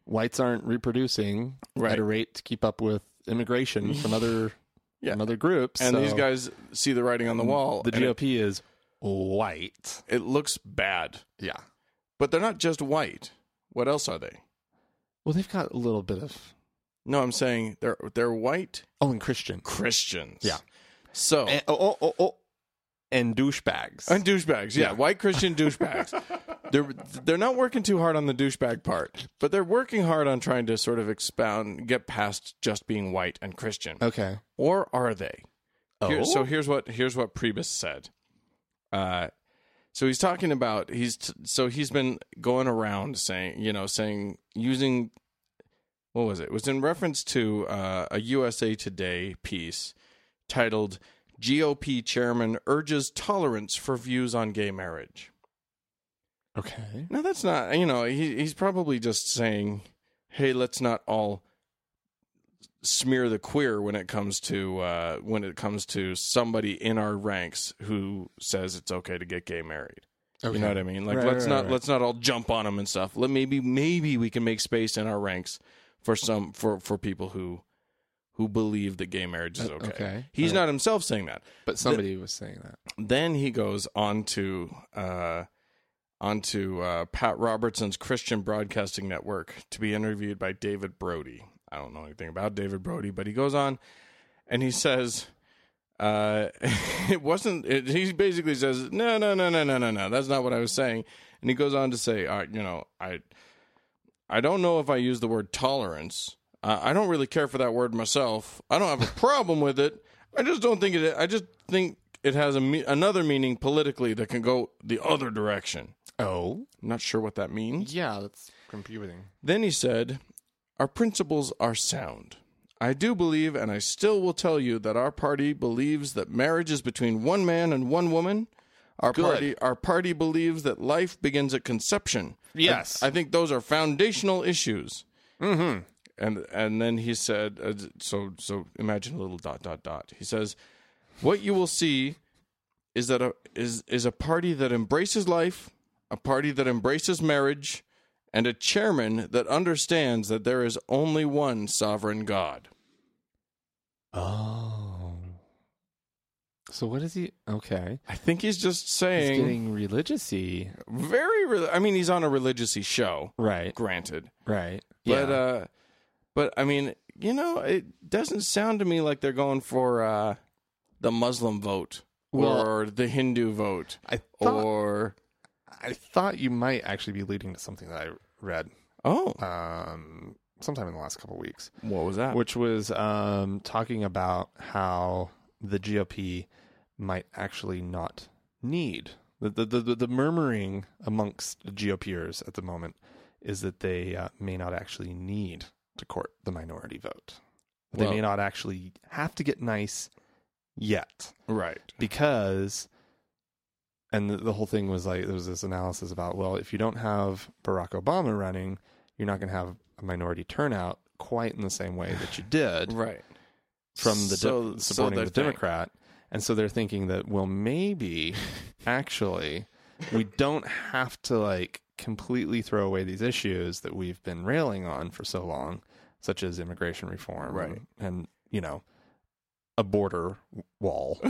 A: whites aren't reproducing
B: Right.
A: at a rate to keep up with immigration from other
B: Yeah.
A: from other groups.
B: And
A: so Mm,
B: these guys see the writing on the wall.
A: the
B: and it-
A: GOP is white.
B: it looks bad.
A: Yeah.
B: But they're not just white. What else are they?
A: Well, they've got a little bit of
B: No, I'm saying they're they're white
A: oh, and Christian
B: Christians.
A: Yeah.
B: So
A: and, oh, oh, oh, oh, and douchebags.
B: and douchebags. Yeah,
A: Yeah.
B: white Christian douchebags. they're they're not working too hard on the douchebag part, but they're working hard on trying to sort of expound, get past just being white and Christian.
A: okay.
B: Or are they? Here-
A: Oh?
B: so here's what here's what Priebus said. Uh, so he's talking about he's t- so he's been going around saying you know saying using what was it? It was in reference to uh, a USA Today piece titled "GOP Chairman Urges Tolerance for Views on Gay Marriage."
A: Okay.
B: No, that's not. You know, he, he's probably just saying, "Hey, let's not all smear the queer when it comes to uh, when it comes to somebody in our ranks who says it's okay to get gay married." You know what I mean? Like,
A: Right,
B: let's
A: right,
B: not
A: right.
B: let's not all jump on them and stuff. Let maybe maybe we can make space in our ranks for some for for people who who believe that gay marriage is okay.
A: okay.
B: He's
A: Right.
B: not himself saying that
A: But somebody was saying that.
B: then he goes on to uh, onto uh, Pat Robertson's Christian Broadcasting Network to be interviewed by David Brody. I don't know anything about David Brody, but he goes on and he says, uh, "It wasn't." It, he basically says, "No, no, no, no, no, no, no. That's not what I was saying." And he goes on to say, "I, you know, I, I don't know if I use the word tolerance. I, I don't really care for that word myself. I don't have a problem with it. I just don't think it. I just think it has a me- another meaning politically that can go the other direction.
A: Oh,
B: I'm not sure what that means.
A: yeah, that's computing.
B: Then he said, Our principles are sound. I do believe, and I still will tell you, that our party believes that marriage is between one man and one woman. Our party, our party believes that life begins at conception.
A: Yes.
B: I, I think those are foundational issues. Mm-hmm. And and then he said, uh, so so imagine a little dot dot dot. He says, what you will see is that a is is a party that embraces life, a party that embraces marriage, and a chairman that understands that there is only one sovereign God.
A: Oh. So what is he? Okay,
B: I think he's just
A: he's
B: saying
A: getting religious-y.
B: very. Re- I mean, he's on a religious show,
A: Right.
B: granted,
A: Right.
B: but uh, but I mean, you know, it doesn't sound to me like they're going for uh, the Muslim vote
A: Well-
B: or the Hindu vote
A: I thought
B: or
A: I thought you might actually be leading to something that I read
B: oh
A: um, sometime in the last couple of weeks,
B: what was that?
A: which was um, talking about how the GOP might actually not need the the the, the murmuring amongst GOPers at the moment is that they uh, may not actually need to court the minority vote. They may
B: Well-
A: not actually have to get nice yet
B: Right.
A: because and the, the whole thing was like there was this analysis about well if you don't have barack obama running you're not going to have a minority turnout quite in the same way that you did
B: Right.
A: from the
B: So-
A: de-
B: so
A: supporting
B: they're
A: the
B: think-
A: democrat and so they're thinking that well maybe actually we don't have to like completely throw away these issues that we've been railing on for so long such as immigration reform
B: Right.
A: and you know a border wall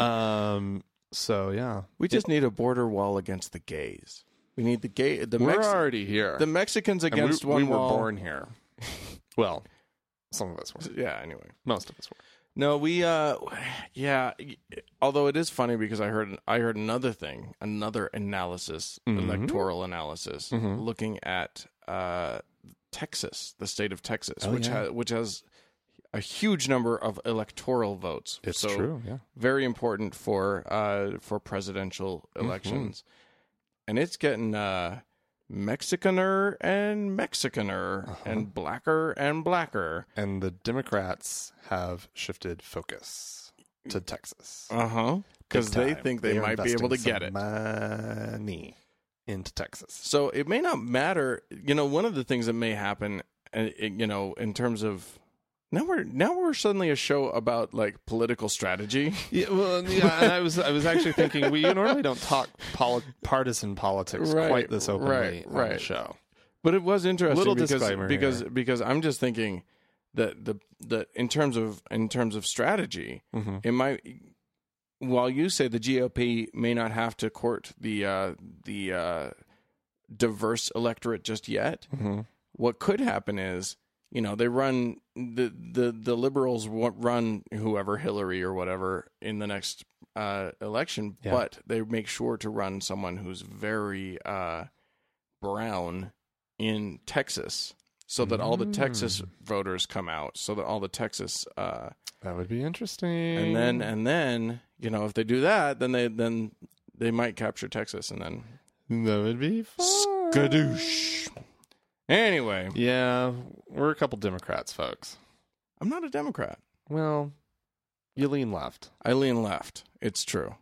A: um. So yeah,
B: we just need a border wall against the gays. We need the gay the
A: we're
B: Mex-
A: already here.
B: the Mexicans
A: And we-
B: against
A: we,
B: one
A: were
B: wall.
A: born here. well, some of us were.
B: Yeah, anyway.
A: Most of us were.
B: No, we uh yeah, although it is funny because I heard I heard another thing, another analysis,
A: Mhm.
B: electoral analysis
A: Mhm.
B: looking at uh Texas, the state of Texas,
A: Oh,
B: which
A: yeah.
B: has which has a huge number of electoral votes. So
A: Yeah.
B: very important for uh for presidential
A: Mm-hmm.
B: elections. And it's getting uh Mexicaner and Mexicaner
A: Uh-huh.
B: and blacker and blacker.
A: And the Democrats have shifted focus to Texas
B: Uh huh. Because
A: Big
B: they
A: time.
B: think they
A: They're
B: might be able to
A: investing
B: get it.
A: some Money into Texas.
B: So it may not matter. You know, one of the things that may happen, uh, it- you know, in terms of now we're now we're suddenly a show about like political strategy.
A: Yeah, well, yeah. And I was, I was actually thinking we normally don't talk poli- partisan politics
B: Right,
A: quite this openly
B: right,
A: on the
B: right.
A: show.
B: But it was interesting
A: Little
B: because
A: disclaimer
B: because
A: here.
B: because I'm just thinking that the the in terms of in terms of strategy,
A: Mm-hmm,
B: it might. While you say the GOP may not have to court the uh, the uh, diverse electorate just yet,
A: mm-hmm.
B: what could happen is you know they run the the the liberals wa- run whoever Hillary or whatever in the next uh, election,
A: Yeah.
B: but they make sure to run someone who's very uh, brown in Texas, so that all the Texas voters come out, so that all the Texas uh,
A: That would be interesting.
B: and then
A: uh,
B: and then you know if they do that, then they then they might capture Texas and then
A: That would be fun.
B: skadoosh. Anyway,
A: Yeah, we're a couple Democrats, folks.
B: I'm not a Democrat.
A: Well, you lean left.
B: I lean left. It's true.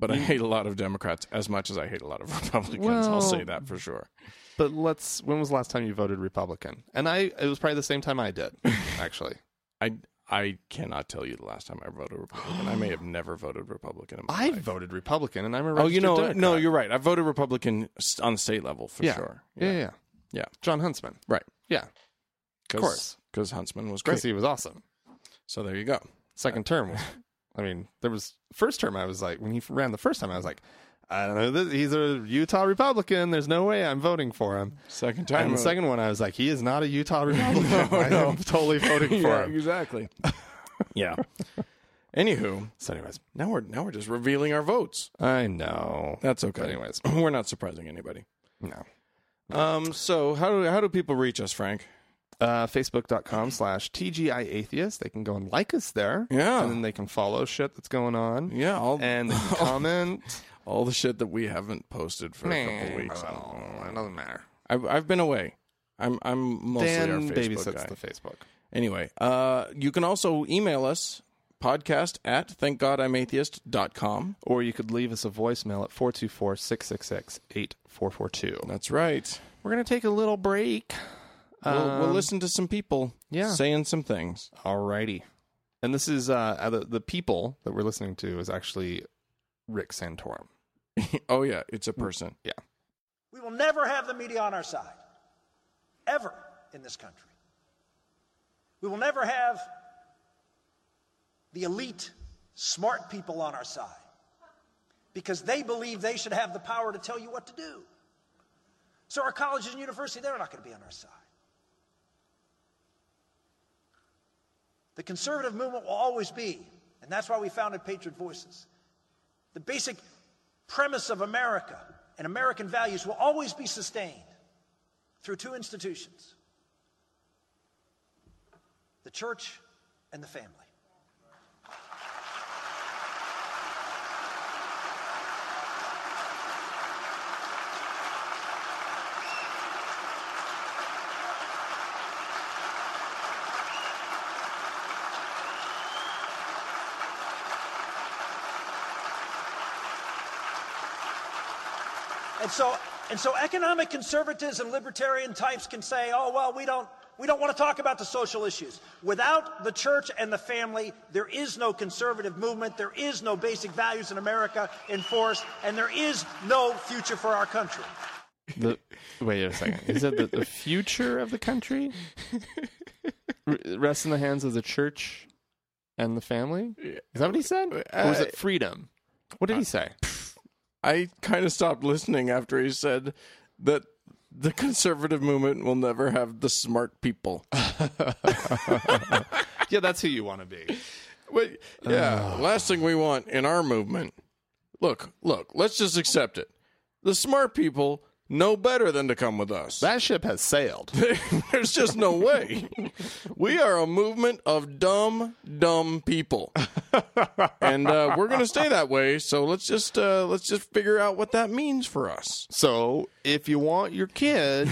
B: But I hate a lot of Democrats as much as I hate a lot of Republicans.
A: Hmm. Well-
B: I'll say that for sure.
A: But let's. When was the last time you voted Republican? And I, it was probably the same time I did, actually.
B: I I cannot tell you the last time I voted Republican. I may have never voted Republican. In my
A: I
B: life.
A: voted Republican, and I'm a
B: Oh, you
A: registered
B: know,
A: Democrat.
B: no, you're right. I voted Republican s- on the state level for
A: Yeah.
B: sure.
A: yeah, yeah, yeah,
B: Yeah.
A: John Huntsman,
B: Right.
A: Yeah,
B: Cause,
A: course.
B: because Huntsman was
A: because
B: great.
A: he was awesome.
B: So there you go.
A: Second term, was, I mean, there was first term. I was like, when he ran the first time, I was like, I don't know, this, he's a Utah Republican. There's no way I'm voting for him.
B: Second time.
A: And the
B: uh,
A: second one, I was like, he is not a Utah Republican.
B: No,
A: I
B: no.
A: am totally voting for
B: yeah,
A: him.
B: exactly. yeah. Anywho,
A: So, anyways,
B: now we're now we're just revealing our votes.
A: I know.
B: That's okay.
A: But anyways,
B: we're not surprising anybody.
A: no.
B: Um. So how do how do people reach us, Frank?
A: Uh, Facebook.com slash TGI Atheist. They can go and like us there.
B: Yeah.
A: And then they can follow shit that's going on.
B: Yeah, all
A: And they can comment.
B: all the shit that we haven't posted for a couple weeks.
A: Oh, it doesn't matter.
B: I've I've been away. I'm I'm mostly our
A: Dan
B: Facebook
A: babysits
B: guy.
A: the Facebook.
B: Anyway, uh, you can also email us podcast at thankgodimatheist.com.
A: Or you could leave us a voicemail at 424 666 8442.
B: That's right.
A: We're going to take a little break.
B: We'll, we'll listen to some people
A: Um, yeah.
B: saying some things.
A: Alrighty. And this is uh, the, the people that we're listening to is actually Rick Santorum.
B: oh yeah, it's a
A: Hmm.
B: person.
A: Yeah.
C: We will never have the media on our side, ever in this country. We will never have the elite, smart people on our side because they believe they should have the power to tell you what to do. So our colleges and universities, they're not going to be on our side. The conservative movement will always be And that's why we founded Patriot Voices. The basic premise of America and American values will always be sustained through two institutions the church and the family. And so, and so economic conservatives and libertarian types can say, oh, well, we don't, we don't want to talk about the social issues. Without the church and the family, there is no conservative movement, there is no basic values in America enforced, and there is no future for our country.
A: The, wait a second. He said that the future of the country r- rests in the hands of the church and the family. Is that what he said? Or was it freedom? What did he say?
B: I kind of stopped listening after he said that the conservative movement will never have the smart people.
A: Yeah, that's who you want to be.
B: Wait, yeah, last thing we want in our movement. Look, look, let's just accept it. The smart people know better than to come with us.
A: That ship has sailed.
B: There's just no way. We are a movement of dumb, dumb people, and uh, we're gonna stay that way. So let's just uh, let's just figure out what that means for us.
A: So if you want your kid,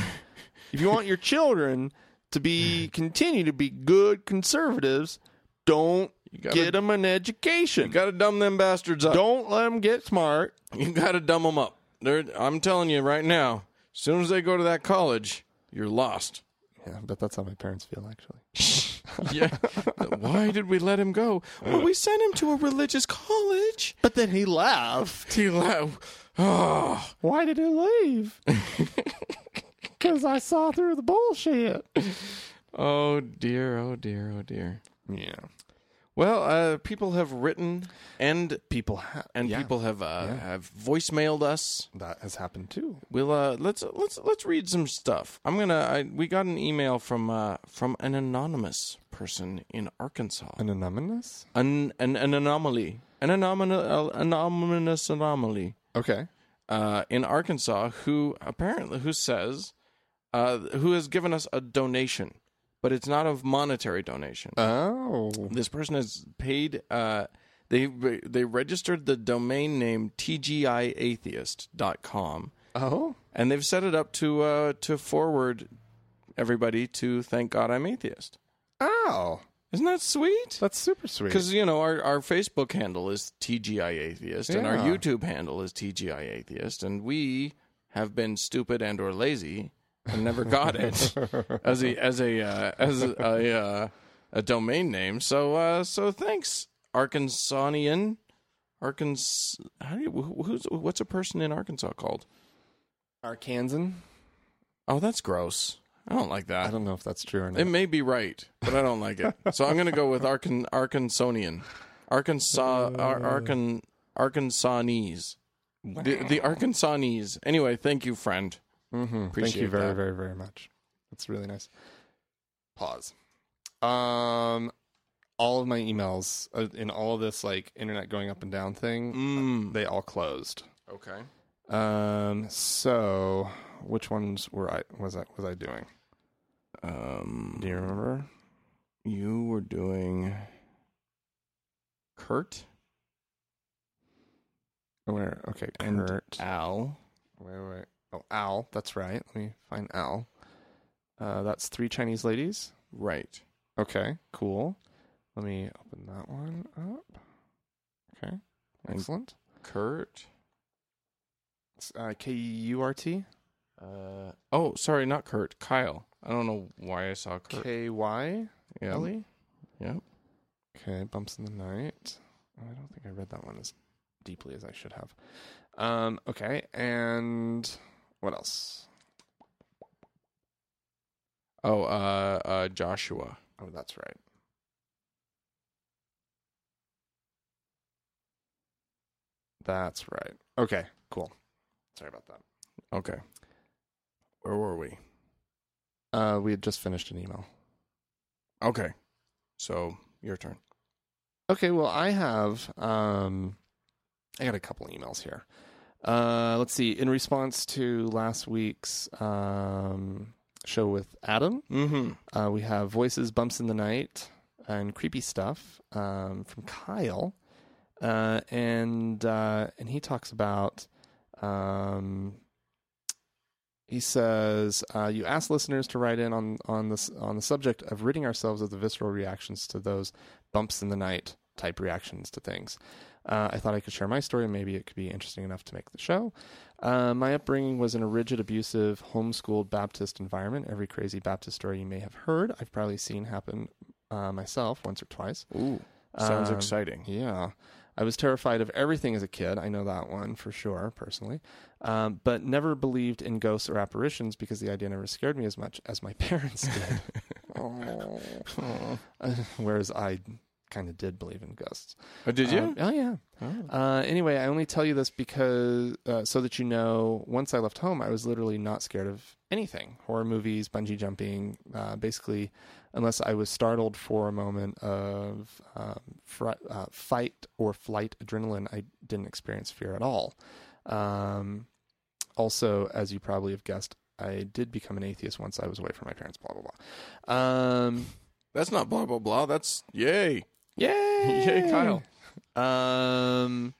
A: if you want your children to be continue to be good conservatives, don't
B: gotta-
A: get them an education.
B: You gotta dumb them bastards up.
A: don't let them get smart.
B: You gotta dumb them up. They're, I'm telling you right now. As soon as they go to that college, you're lost.
A: Yeah, but that's how my parents feel actually.
B: Yeah. Why did we let him go? Well, we sent him to a religious college.
A: But then he left.
B: He left. Oh.
A: Why did he leave? Because I saw through the bullshit.
B: Oh dear, oh dear, oh dear.
A: Yeah.
B: Well, uh, people have written and people ha- and
A: yeah.
B: people have uh, have voicemailed us.
A: That has happened too.
B: We'll uh, let's let's let's read some stuff. I'm gonna. I, we got an email from uh, from an anonymous person in Arkansas.
A: An anonymous?
B: An an, an anomaly, an anomalous anonymous anomaly.
A: Okay.
B: uh, in Arkansas who apparently who says uh, who has given us a donation, but it's not a monetary donation. Uh,
A: Oh.
B: this person has paid. Uh, they they registered the domain name tgiatheist.com
A: Oh.
B: and they've set it up to uh, to forward everybody to thank God I'm atheist.
A: Oh.
B: Isn't that sweet?
A: That's super sweet.
B: Because you know our, our Facebook handle is TGI Atheist and our
A: Yeah.
B: YouTube handle is TGI Atheist, and we have been stupid and or lazy and never got it as a as a uh, as a a, uh, a domain name. So uh, so thanks, Arkansanian. Arkansas. How do you, who- who's what's a person in Arkansas called?
A: Arkansan?
B: Oh, that's gross. I don't like
A: I
B: that.
A: don't know if that's true or not.
B: It may be right, but I don't like it. So I'm going to go with Arkan Arkansonian, Arkansas Ar- Arkan Arkansanese, the, the Arkansanese. Anyway, thank you, friend.
A: Mm-hmm. Thank you
B: Appreciate
A: very,
B: that.
A: very, very much. That's really nice. Pause. Um, all of my emails uh, in all of this like internet going up and down thing,
B: Mm.
A: they all closed.
B: Okay.
A: Um, so which ones were I was I was I doing?
B: Um,
A: Do you remember?
B: you were doing Kurt
A: Where? Okay,
B: and
A: Kurt.
B: Al.
A: Wait, wait. Oh, Al. That's right. Let me find Al. Uh, that's three Chinese ladies.
B: Right.
A: Okay, cool. Let me open that one up. Okay,
B: And-
A: excellent.
B: Kurt.
A: It's, uh, K U R T
B: Uh, oh, sorry, not Kurt. Kyle. I don't know why I saw Kurt.
A: K Y
B: Yeah.
A: L E.
B: Yep.
A: Okay, Bumps in the Night. I don't think I read that one as deeply as I should have. Um, okay, and what else?
B: Oh, uh, uh, Joshua.
A: Oh, that's right. That's right. Okay, cool. Sorry about that.
B: Okay. Where were we?
A: Uh, we had just finished an email.
B: Okay. So your turn.
A: Okay, well, I have. Um, I got a couple emails here. Uh, let's see. In response to last week's um, show with Adam,
B: Mm-hmm.
A: uh, we have Voices, Bumps in the Night, and Creepy Stuff um, from Kyle. Uh, and uh, and he talks about um, he says uh, you ask listeners to write in on on this on the subject of ridding ourselves of the visceral reactions to those bumps in the night type reactions to things. Uh, I thought I could share my story. Maybe it could be interesting enough to make the show. Uh, my upbringing was in a rigid, abusive, homeschooled Baptist environment. Every crazy Baptist story you may have heard, I've probably seen happen uh, myself once or twice.
B: Ooh, sounds
A: Um,
B: exciting.
A: Yeah. I was terrified of everything as a kid. I know that one for sure, personally. Um, but never believed in ghosts or apparitions because the idea never scared me as much as my parents did. Aw. Whereas I kind of did believe in ghosts.
B: Oh, did
A: Um,
B: you?
A: oh yeah. Uh, anyway, I only tell you this because uh, so that you know. Once I left home, I was literally not scared of anything: horror movies, bungee jumping, uh, basically, unless I was startled for a moment of um, fr- uh, fight or flight adrenaline. I didn't experience fear at all. Um, also, as you probably have guessed, I did become an atheist once I was away from my parents. Blah blah blah. Um,
B: That's not blah blah blah. That's yay.
A: Yay!
B: Yay, Kyle.
A: Um,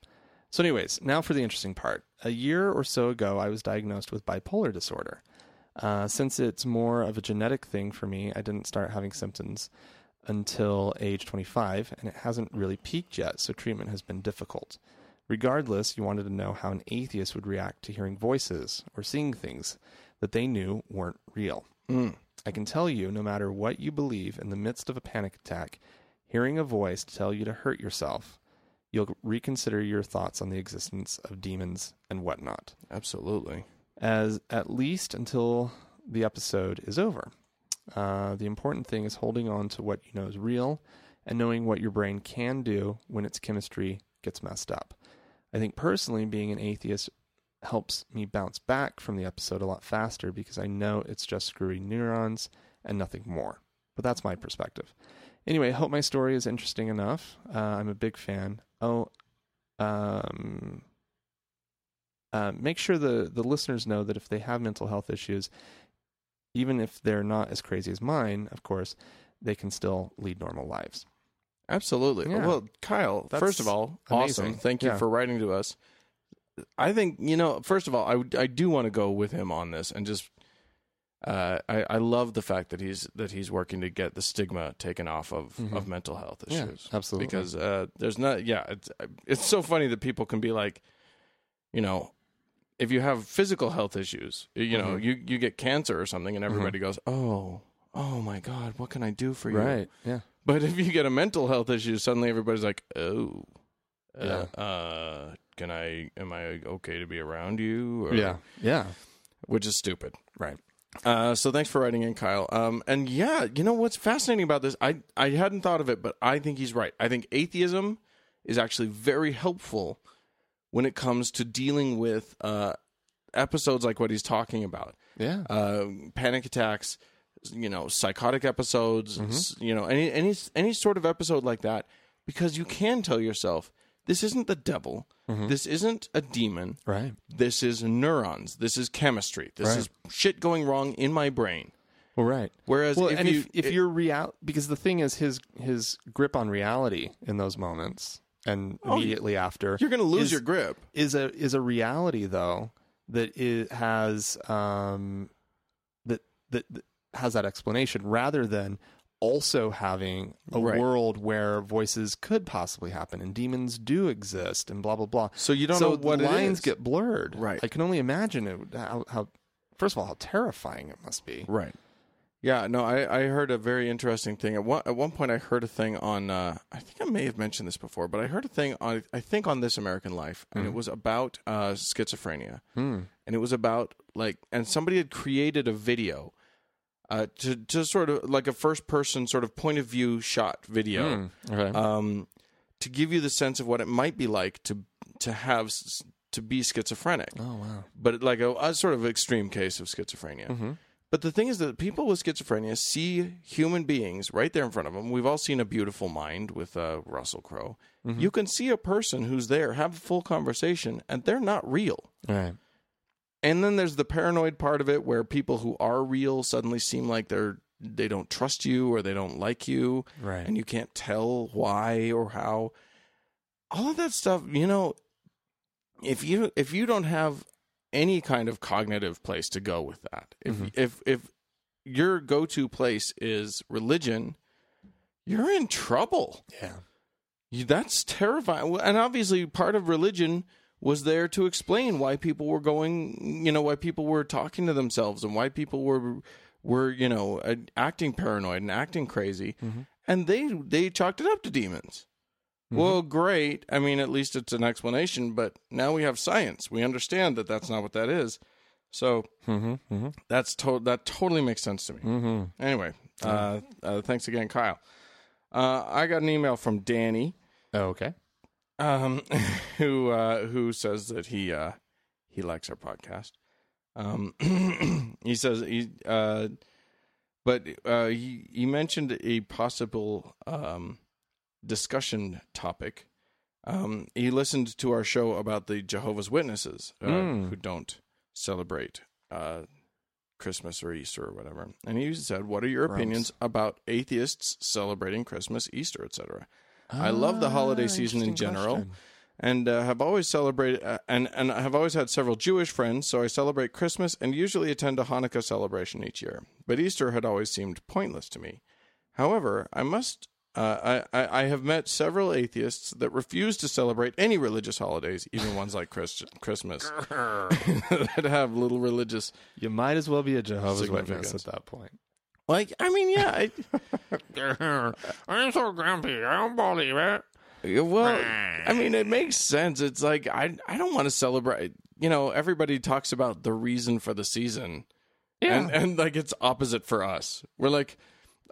A: so, anyways, now for the interesting part. A year or so ago, I was diagnosed with bipolar disorder. Uh, since it's more of a genetic thing for me, I didn't start having symptoms until age 25, and it hasn't really peaked yet, so treatment has been difficult. Regardless, you wanted to know how an atheist would react to hearing voices or seeing things that they knew weren't real. I can tell you, no matter what you believe, in the midst of a panic attack, hearing a voice tell you to hurt yourself, you'll reconsider your thoughts on the existence of demons and whatnot,
B: Absolutely.
A: as at least until the episode is over. Uh, the important thing is holding on to what you know is real and knowing what your brain can do when its chemistry gets messed up. I think personally, being an atheist helps me bounce back from the episode a lot faster because I know it's just screwy neurons and nothing more. But that's my perspective. Anyway, I hope my story is interesting enough. Uh, I'm a big fan. Oh, um, uh, make sure the, the listeners know that if they have mental health issues, even if they're not as crazy as mine, of course, they can still lead normal lives.
B: Absolutely.
A: Yeah.
B: Well, Kyle,
A: That's
B: first of all, awesome.
A: amazing.
B: Thank you
A: Yeah.
B: for writing to us. I think, you know, first of all, I, would- I do want to go with him on this and just uh, I, I love the fact that he's that he's working to get the stigma taken off of, of mental health
A: Mm-hmm. Yeah,
B: issues.
A: absolutely.
B: Because uh, there's not yeah, it's it's so funny that people can be like, you know, if you have physical health issues, you know,
A: Mm-hmm.
B: you, you get cancer or something and everybody goes, Oh, oh my God, what can I do for you?
A: Yeah.
B: But if you get a mental health issue, suddenly everybody's like, "Oh, uh,
A: Yeah.
B: uh, can I? Am I okay to be around you?" Or,
A: Yeah. Yeah.
B: which is stupid.
A: Right.
B: Uh, so thanks for writing in, Kyle. Um, and yeah, you know what's fascinating about this? I I hadn't thought of it, but I think he's right. I think atheism is actually very helpful when it comes to dealing with uh, episodes like what he's talking about
A: Yeah.
B: uh, panic attacks, you know, psychotic episodes,
A: Mm-hmm.
B: s- you know, any any any sort of episode like that, because you can tell yourself this isn't the devil, this isn't a demon,
A: Mm-hmm. right.
B: this is neurons, this is chemistry, this
A: Right.
B: is shit going wrong in my brain.
A: Well, right.
B: Whereas
A: well,
B: if
A: and
B: you-
A: if, if
B: it-
A: you're real, because the thing is, his his grip on reality in those moments and immediately after,
B: You're going to lose
A: is-
B: your grip.
A: Is a is a reality though that is, has um that, that that has that explanation rather than also having a
B: Right.
A: world where voices could possibly happen and demons do exist and blah blah blah.
B: So you don't know what
A: the
B: it
A: lines
B: is.
A: get blurred.
B: Right.
A: I can only imagine it how, how first of all how terrifying it must be.
B: Right. Yeah, no, I, I heard a very interesting thing. At one, at one point, I heard a thing on, uh, I think I may have mentioned this before, but I heard a thing on, I think on This American Life, and
A: Mm-hmm.
B: it was about uh, schizophrenia.
A: Hmm.
B: And it was about, like, and somebody had created a video uh, to, to sort of, like a first person sort of point of view shot video
A: Hmm. Okay.
B: um, to give you the sense of what it might be like to, to have, s- to be schizophrenic
A: oh wow. Mm-hmm.
B: but like a, a sort of extreme case of schizophrenia. But the thing is that people with schizophrenia see human beings right there in front of them. We've all seen A Beautiful Mind with uh, Russell Crowe.
A: Mm-hmm.
B: You can see a person who's there, have a full conversation, and they're not real.
A: All right.
B: And then there's the paranoid part of it where people who are real suddenly seem like they're they don't trust you or they don't like you.
A: Right.
B: And you can't tell why or how. All of that stuff, you know, if you if you don't have any kind of cognitive place to go with that. If if if your go-to place is religion, you're in trouble.
A: Yeah.
B: You- That's terrifying. Well, And obviously, part of religion was there to explain why people were going, you know, why people were talking to themselves and why people were were you know uh, acting paranoid and acting crazy. And they they chalked it up to demons. Well, great. I mean, at least it's an explanation. But now we have science. We understand that that's not what that is. So that's to- that totally makes sense to me. Anyway, uh, uh, thanks again, Kyle. Uh, I got an email from Danny
A: Okay.
B: um, who uh, who says that he uh, he likes our podcast. Um, he says he, uh, but uh, he he mentioned a possible um, discussion topic. Um, he listened to our show about the Jehovah's Witnesses uh, who don't celebrate uh, Christmas or Easter or whatever, and he said, "What are your opinions about atheists celebrating Christmas, Easter, etc.?" I love the holiday season in general, and uh, have always celebrated uh, and and I have always had several Jewish friends. So I celebrate Christmas and usually attend a Hanukkah celebration each year. But Easter had always seemed pointless to me. However, I must. Uh, I, I I have met several atheists that refuse to celebrate any religious holidays, even ones like Christ- Christmas, that have little religious.
A: You might as well be a Jehovah's Witness
B: Significance.
A: at that point.
B: Like, I mean, yeah, I,
D: I'm so grumpy. I don't believe it.
B: Yeah, Well, I mean, it makes sense. It's like I I don't want to celebrate. You know, everybody talks about the reason for the season, and and like it's opposite for us. We're like,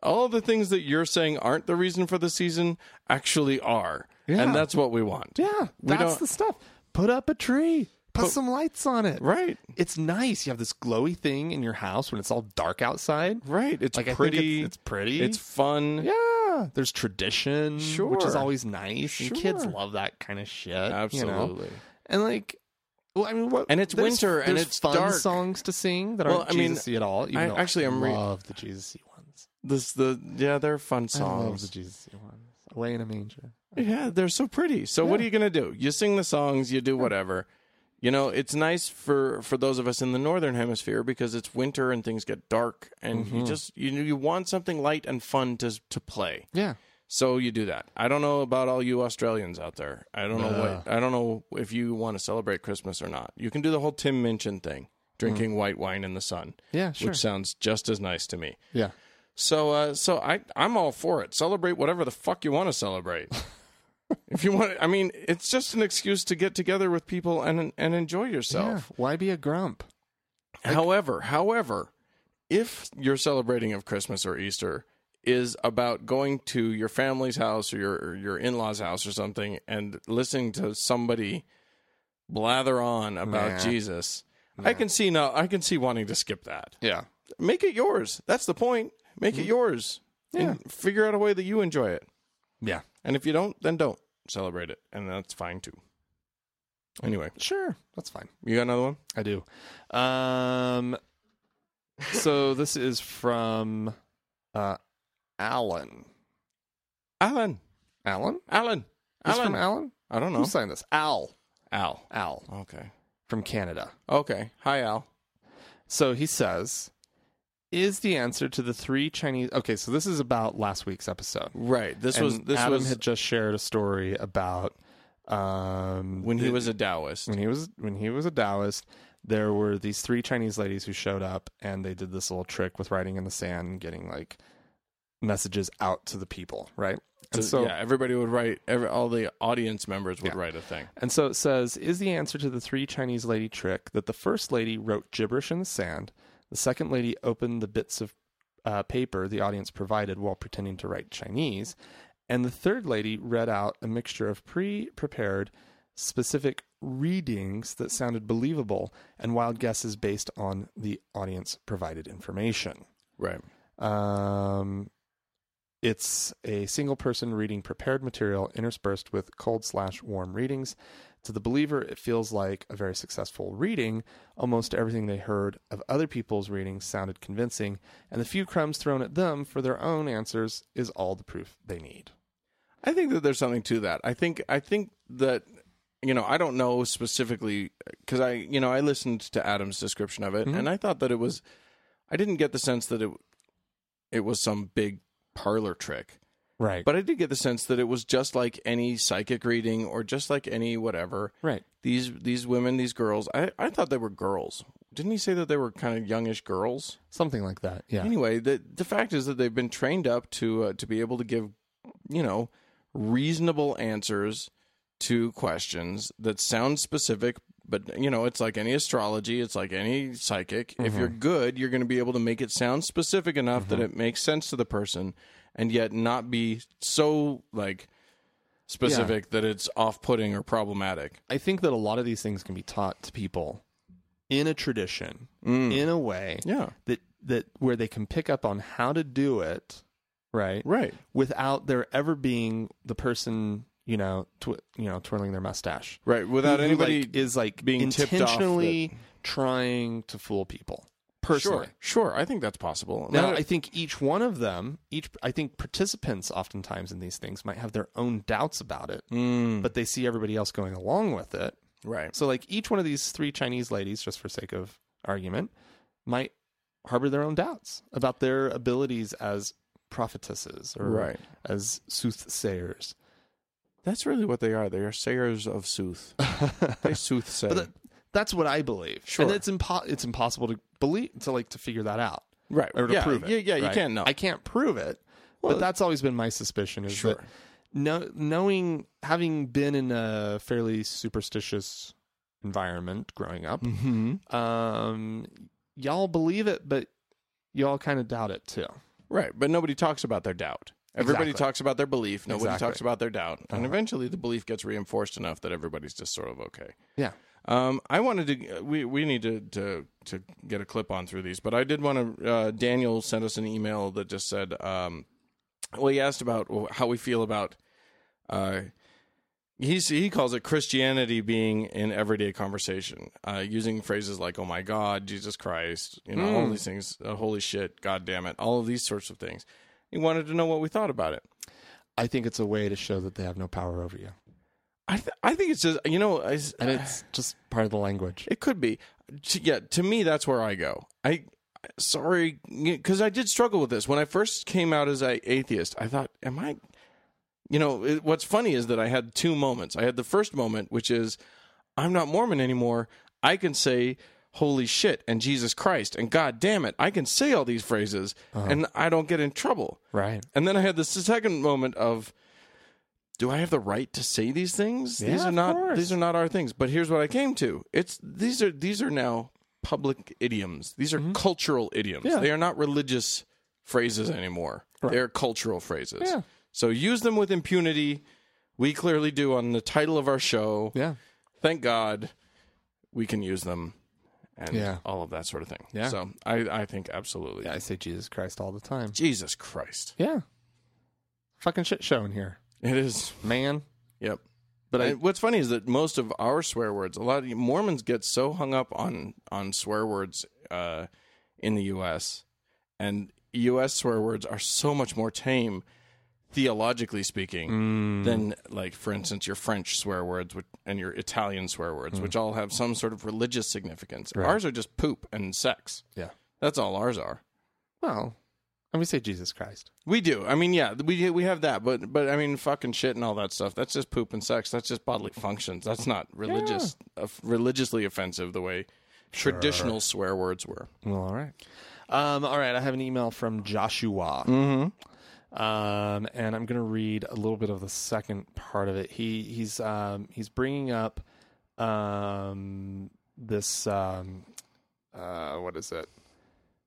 B: all the things that you're saying aren't the reason for the season actually are,
A: Yeah.
B: and that's what we want.
A: Yeah, that's
B: don't-
A: the stuff. Put up a tree. Put some lights on it.
B: right,
A: It's nice. You have this glowy thing in your house when it's all dark outside.
B: right. It's
A: Like, I think
B: pretty.
A: it's- it's pretty.
B: It's fun.
A: Yeah. There's tradition, which is
B: Sure.
A: always nice. And kids
B: Sure.
A: love that kind of shit. You know?
B: Absolutely.
A: And like, well, I mean, what?
B: And it's
A: there's-
B: winter and
A: there's
B: it's
A: fun
B: dark.
A: songs to sing that
B: Well,
A: aren't
B: I mean,
A: Jesus-y at all. even
B: I-
A: though
B: actually,
A: I
B: I'm re-
A: love the Jesus-y ones.
B: This the yeah, they're fun
A: I love the
B: songs.
A: Jesus-y ones. Away in a manger.
B: Yeah, they're so pretty. So what are you going to do? You sing the songs, you do whatever. You know, it's nice for for those of us in the northern hemisphere because it's winter and things get dark and
A: Mm-hmm.
B: you just you you want something light and fun to to play.
A: Yeah.
B: So you do that. I don't know about all you Australians out there. I don't know what I don't know if you want to celebrate Christmas or not. You can do the whole Tim Minchin thing, drinking white wine in the sun.
A: Mm. Yeah, sure.
B: Which sounds just as nice to me.
A: Yeah.
B: So uh, so I I'm all for it. Celebrate whatever the fuck you want to celebrate. if you want, I mean, it's just an excuse to get together with people and and enjoy
A: Yeah.
B: yourself.
A: Why be a grump?
B: however, however, if your celebrating of Christmas or Easter is about going to your family's house or your or your in laws' house or something and listening to somebody blather on about
A: Nah.
B: Jesus, I can see now. I can see wanting to skip that
A: Yeah.
B: make it yours. That's the point. Make it yours. Mm-hmm. Yeah. And figure out a way that you enjoy it.
A: Yeah.
B: And if you don't, then don't celebrate it. And that's fine too. Anyway,
A: Sure. That's fine.
B: you got another one?
A: I do. Um, so this is from uh, Alan.
B: Alan.
A: Alan?
B: Alan.
A: This
B: Alan.
A: from Alan?
B: I don't
A: Who
B: know.
A: signed this? Al.
B: Al.
A: Al
B: Okay.
A: from Canada.
B: Okay. Hi, Al.
A: So he says, "Is the answer to the three Chinese?" Okay, so this is about last week's episode.
B: Right. This
A: And
B: was this
A: Adam
B: was
A: had just shared a story about um,
B: when he was a Taoist.
A: when he was when he was a Taoist, there were these three Chinese ladies who showed up and they did this little trick with writing in the sand and getting like messages out to the people, right? And so
B: yeah, everybody would write. Every, all the audience members would write a thing.
A: and so it says, is the answer to the three Chinese lady trick that the first lady wrote gibberish in the sand, the second lady opened the bits of uh, paper the audience provided while pretending to write Chinese, and the third lady read out a mixture of pre-prepared specific readings that sounded believable and wild guesses based on the audience provided information.
B: Right.
A: Um, it's a single person reading prepared material interspersed with cold slash warm readings. To the believer, it feels like a very successful reading. Almost everything they heard of other people's readings sounded convincing, and the few crumbs thrown at them for their own answers is all the proof they need.
B: I think that there's something to that. I think I think that you know I don't know specifically because I you know I listened to Adam's description of it and I thought that it was I didn't get the sense that it it was some big parlor trick,
A: Right. But
B: but I did get the sense that it was just like any psychic reading or just like any whatever.
A: right.
B: These these women, these girls, I I thought they were girls. Didn't he say that they were kind of youngish girls?
A: Something like that. Yeah.
B: anyway, the the fact is that they've been trained up to uh, to be able to give, you know, reasonable answers to questions that sound specific. But you know, it's like any astrology, it's like any psychic.
A: Mm-hmm.
B: If you're good, you're going to be able to make it sound specific enough that it makes sense to the person, and yet not be so like specific that it's off-putting or problematic.
A: I think that a lot of these things can be taught to people in a tradition, in a way
B: Yeah,
A: that that where they can pick up on how to do it, right?
B: right.
A: Without there ever being the person, you know, tw- you know, twirling their mustache.
B: Right, without
A: Who,
B: anybody
A: like, is like
B: being tipped off
A: intentionally trying to fool people. Personally.
B: Sure, sure. I think that's possible.
A: Now,
B: Not-
A: I think each one of them, each I think participants oftentimes in these things might have their own doubts about it,
B: Mm.
A: but they see everybody else going along with it.
B: right.
A: So, like each one of these three Chinese ladies, just for sake of argument, might harbor their own doubts about their abilities as prophetesses or
B: Right.
A: as soothsayers.
B: That's really what they are. They are sayers of sooth. they soothsay.
A: But that, that's what I believe.
B: Sure.
A: and it's impo- it's impossible to believe to like to figure that out
B: right.
A: or to
B: yeah,
A: prove it.
B: Yeah, yeah, you
A: right?
B: can't know.
A: I can't prove it, but that's always been my suspicion. Is
B: Sure.
A: that no, knowing having been in a fairly superstitious environment growing up,
B: Mm-hmm.
A: um, y'all believe it, but y'all kind of doubt it too.
B: right. But nobody talks about their doubt. Everybody
A: Exactly.
B: talks about their belief. Nobody
A: Exactly. Uh-huh.
B: talks about their doubt. And eventually the belief gets reinforced enough that everybody's just sort of okay.
A: Yeah.
B: Um, I wanted to. uh, We we need to to to get a clip on through these, but I did want to. Uh, Daniel sent us an email that just said, um, well, he asked about how we feel about. Uh, he's, he calls it Christianity being in everyday conversation, uh, using phrases like "Oh my God," "Jesus Christ," you know, all these things, uh, "Holy shit," "God damn it," all of these sorts of things. He wanted to know what we thought about it.
A: I think it's a way to show that they have no power over you,
B: I th- I think it's just you know I, s-
A: and it's just part of the language.
B: It could be. To, yeah, to me, that's where I go. I sorry because I did struggle with this when I first came out as a atheist. I thought, am I? You know, it, what's funny is that I had two moments. I had the first moment, which is, I'm not Mormon anymore. I can say. Holy shit and Jesus Christ and God damn it. I can say all these phrases and I don't get in trouble.
A: Right.
B: And then I had this second moment of, do I have the right to say these things? these
A: Yeah,
B: are
A: of
B: not
A: course.
B: these are not our things. But here's what I came to: it's these are these are now public idioms. These are
A: Mm-hmm.
B: cultural idioms. They are not religious phrases anymore. They are cultural phrases.
A: Yeah.
B: So use them with impunity. We clearly do on the title of our show.
A: Yeah.
B: Thank God, we can use them, and
A: Yeah.
B: all of that sort of thing.
A: Yeah.
B: So I I think absolutely.
A: I say Jesus Christ all the time.
B: Jesus Christ,
A: Yeah. Fucking shit show in here,
B: it is.
A: man.
B: Yep.
A: But I,
B: And what's funny is that most of our swear words, a lot of Mormons get so hung up on on swear words uh, in the U.S. and U.S. swear words are so much more tame, theologically
A: Mm.
B: speaking, than like, for instance, your French swear words which, and your Italian swear words, which
A: Mm.
B: all have some sort of religious significance. Ours are just poop and sex.
A: yeah.
B: That's all ours are.
A: Well, and we say Jesus Christ.
B: We do. I mean, yeah, we we have that, but but I mean, fucking shit and all that stuff. That's just poop and sex. That's just bodily functions. That's not religious, of- religiously offensive the way traditional swear words were.
A: Well, all right. Um, all right. I have an email from Joshua.
B: Mm-hmm.
A: Um, and I'm going to read a little bit of the second part of it. He he's um, he's bringing up um, this um, uh, what is it?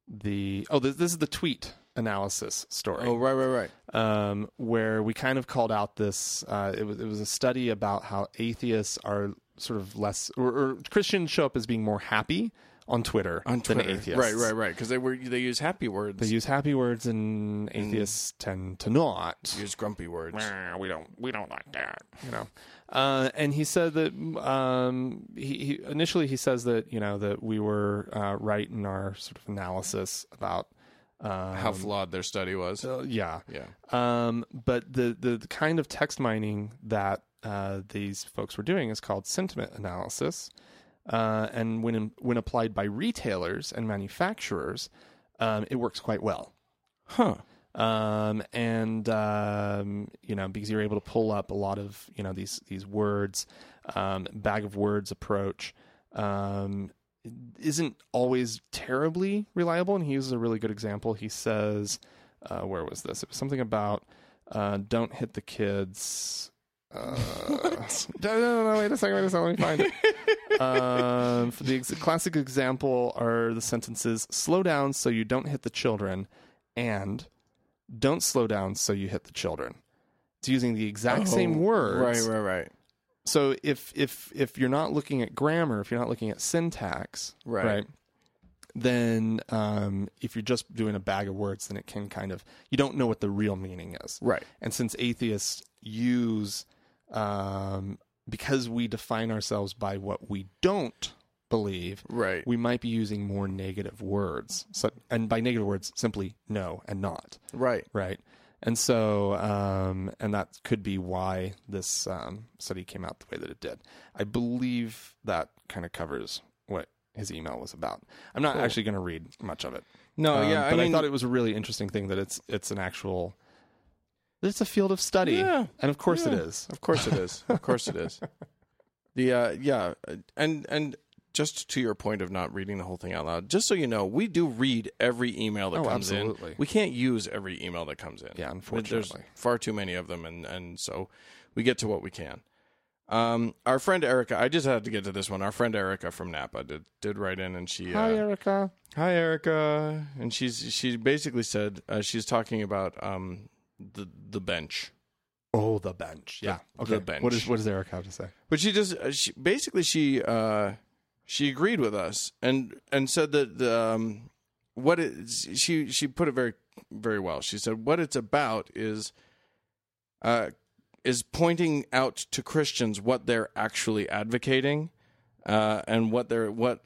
A: The oh this, this is the tweet analysis story
B: Oh, right, right, right.
A: um, where we kind of called out this. Uh, it was it was a study about how atheists are sort of less or, or Christians show up as being more happy on Twitter
B: on Twitter.
A: than atheists.
B: Right, right, right. Because they were they use happy words.
A: They use happy words and atheists tend to not.
B: use grumpy words.
D: Nah, we don't we don't like that.
A: you know. Uh, and he said that um, he, he initially he says that you know that we were uh, right in our sort of analysis about uh,
B: How flawed their study was.
A: uh, yeah
B: Yeah.
A: um, but the, the the kind of text mining that uh, these folks were doing is called sentiment analysis, uh, and when when applied by retailers and manufacturers, um, it works quite well.
B: Huh.
A: Um, and um, you know because you're able to pull up a lot of you know these these words, um, bag of words approach. Um, isn't always terribly reliable, and he uses a really good example. He says, uh, "Where was this? It was something about uh, don't hit the kids." Uh, no, no, no, no, wait a second, wait a second, let me find it. um, for the ex- classic example are the sentences "slow down so you don't hit the children," and "don't slow down so you hit the children." It's using the exact same words,
B: Right, right, right.
A: so if if if you're not looking at grammar, if you're not looking at syntax,
B: Right.
A: then um, if you're just doing a bag of words, then it can kind of you don't know what the real meaning is,
B: Right.
A: And since atheists use um, because we define ourselves by what we don't believe,
B: Right.
A: We might be using more negative words, so, and by negative words, simply no and not
B: Right.
A: right? And so, um, and that could be why this um, study came out the way that it did. I believe that kind of covers what his email was about. I'm not actually going to read much of it.
B: No,
A: Um,
B: yeah.
A: but
B: I mean,
A: thought it was a really interesting thing that it's it's an actual. that It's a field of study,
B: Yeah.
A: and of course it
B: Yeah.
A: is.
B: Of course it is. Of course it is. The uh, yeah, and and just to your point of not reading the whole thing out loud, just so you know, we do read every email that
A: Oh,
B: comes
A: absolutely.
B: in. We can't use every email that comes in.
A: Yeah,
B: There-
A: unfortunately.
B: there's far too many of them, and and so we get to what we can. Um, our friend Erica, I just had to get to this one. Our friend Erica from Napa did did write in, and she uh,
A: Erica.
B: hi Erica, and she's she basically said uh, she's talking about um the the bench.
A: Oh, the bench. Yeah.
B: The-
A: okay.
B: the bench.
A: What is what does Erica have to say?
B: But she just uh, she, basically she uh, she agreed with us and and said that the um, what it, she she put it very very well. She said what it's about is uh, is pointing out to Christians what they're actually advocating uh, and what they're what.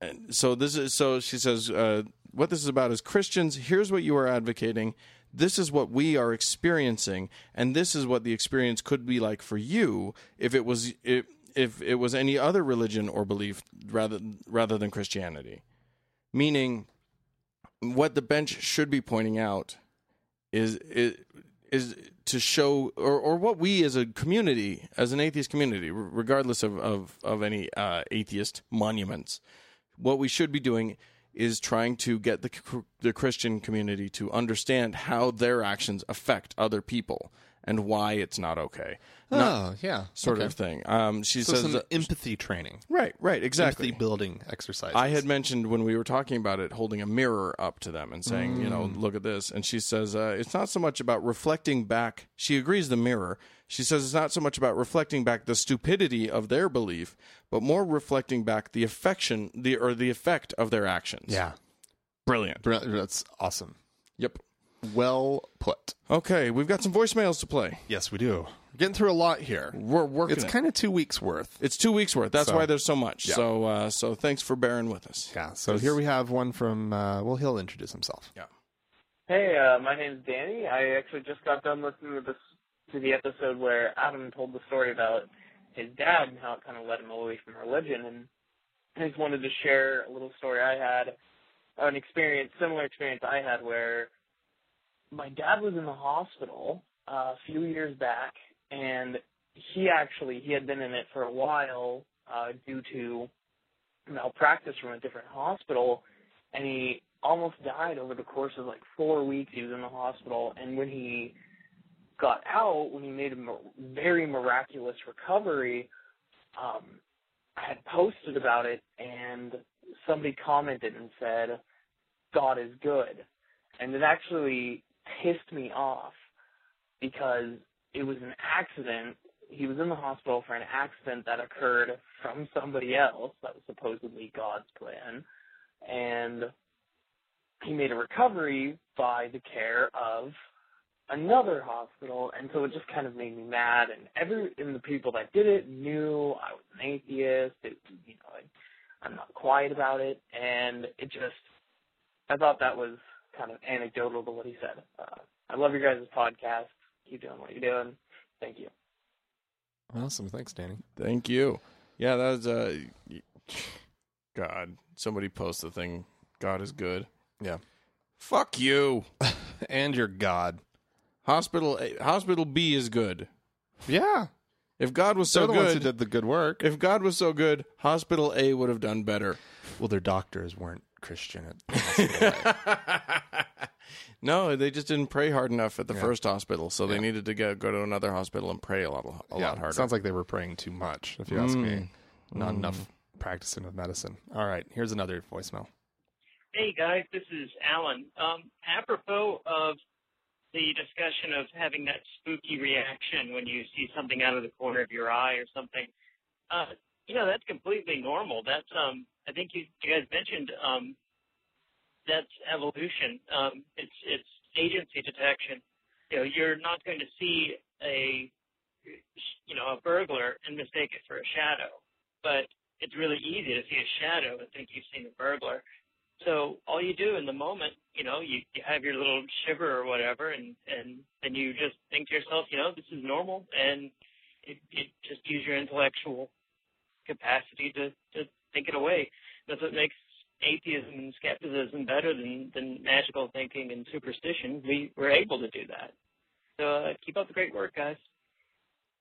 B: And so this is so she says uh, what this is about is Christians. Here's what you are advocating. This is what we are experiencing, and this is what the experience could be like for you if it was if if it was any other religion or belief rather rather than Christianity. Meaning, what the bench should be pointing out is is, is to show or, or what we as a community as an atheist community r- regardless of of, of any uh, atheist monuments what we should be doing is trying to get the cr- the christian community to understand how their actions affect other people and why it's not okay
A: oh, yeah.
B: sort of thing um she says
A: some
B: that-
A: empathy training,
B: right right exactly
A: empathy building exercise.
B: I had mentioned when we were talking about it, holding a mirror up to them and saying, you
A: Mm.
B: know, look at this. And she says, uh, it's not so much about reflecting back. She agrees the mirror. She says it's not so much about reflecting back the stupidity of their belief, but more reflecting back the affection, the or the effect of their actions.
A: yeah.
B: brilliant.
A: Br- That's awesome.
B: Yep.
A: Well put.
B: Okay, we've got some voicemails to play.
A: Yes, we do. We're getting through a lot here.
B: We're working.
A: It's
B: it.
A: kind of two weeks worth.
B: it's two weeks worth. That's
A: So-
B: why there's so much. So uh, so thanks for bearing with us.
A: Yeah. So here we have one from. Uh, well, he'll introduce himself.
B: Yeah.
E: Hey, uh, my name's Danny. I actually just got done listening to this to the episode where Adam told the story about his dad and how it kind of led him away from religion, and I just wanted to share a little story I had, an experience, similar experience I had where my dad was in the hospital uh, a few years back, and he actually he had been in it for a while uh, due to malpractice from a different hospital and he almost died over the course of like four weeks. He was in the hospital, and when he got out, when he made a mi- very miraculous recovery, um, I had posted about it, and somebody commented and said, "God is good," and it actually pissed me off because it was an accident he was in the hospital for an accident that occurred from somebody else that was supposedly God's plan, and he made a recovery by the care of another hospital, and so it just kind of made me mad. And every and the people that did it knew I was an atheist. It, you know, I, I'm not quiet about it, and it just I thought that was kind of anecdotal to what he said. Uh, I love your guys' podcast. Keep doing what you're doing. Thank you.
A: Awesome. Thanks, Danny.
B: Thank you. Yeah, that was uh God. Somebody post the thing. God is good.
A: Yeah.
B: Fuck you.
A: And your God.
B: Hospital A, Hospital B is good.
A: Yeah.
B: If God was
A: They're
B: so
A: the ones who
B: good,
A: did the good work.
B: if God was so good, Hospital A would have done better.
A: Well, their doctors weren't Christian at the hospital.
B: No, they just didn't pray hard enough at the first hospital, so they needed to go, go to another hospital and pray a lot a lot harder.
A: Sounds like they were praying too much, if you ask me. Not enough practicing of medicine. All right, here's another voicemail.
F: Hey guys, this is Alan. Um, apropos of the discussion of having that spooky reaction when you see something out of the corner of your eye or something, uh, you know that's completely normal. That's um, I think you, you guys mentioned um, that's evolution. Um, it's it's agency detection. You know, you're not going to see a you know a burglar and mistake it for a shadow, but it's really easy to see a shadow and think you've seen a burglar. So all you do in the moment, you know, you, you have your little shiver or whatever, and and then you just think to yourself, you know, this is normal, and it, it just use your intellectual capacity to to think it away. That's what makes atheism and skepticism better than than magical thinking and superstition. We were able to do that. So uh, keep up the great work, guys.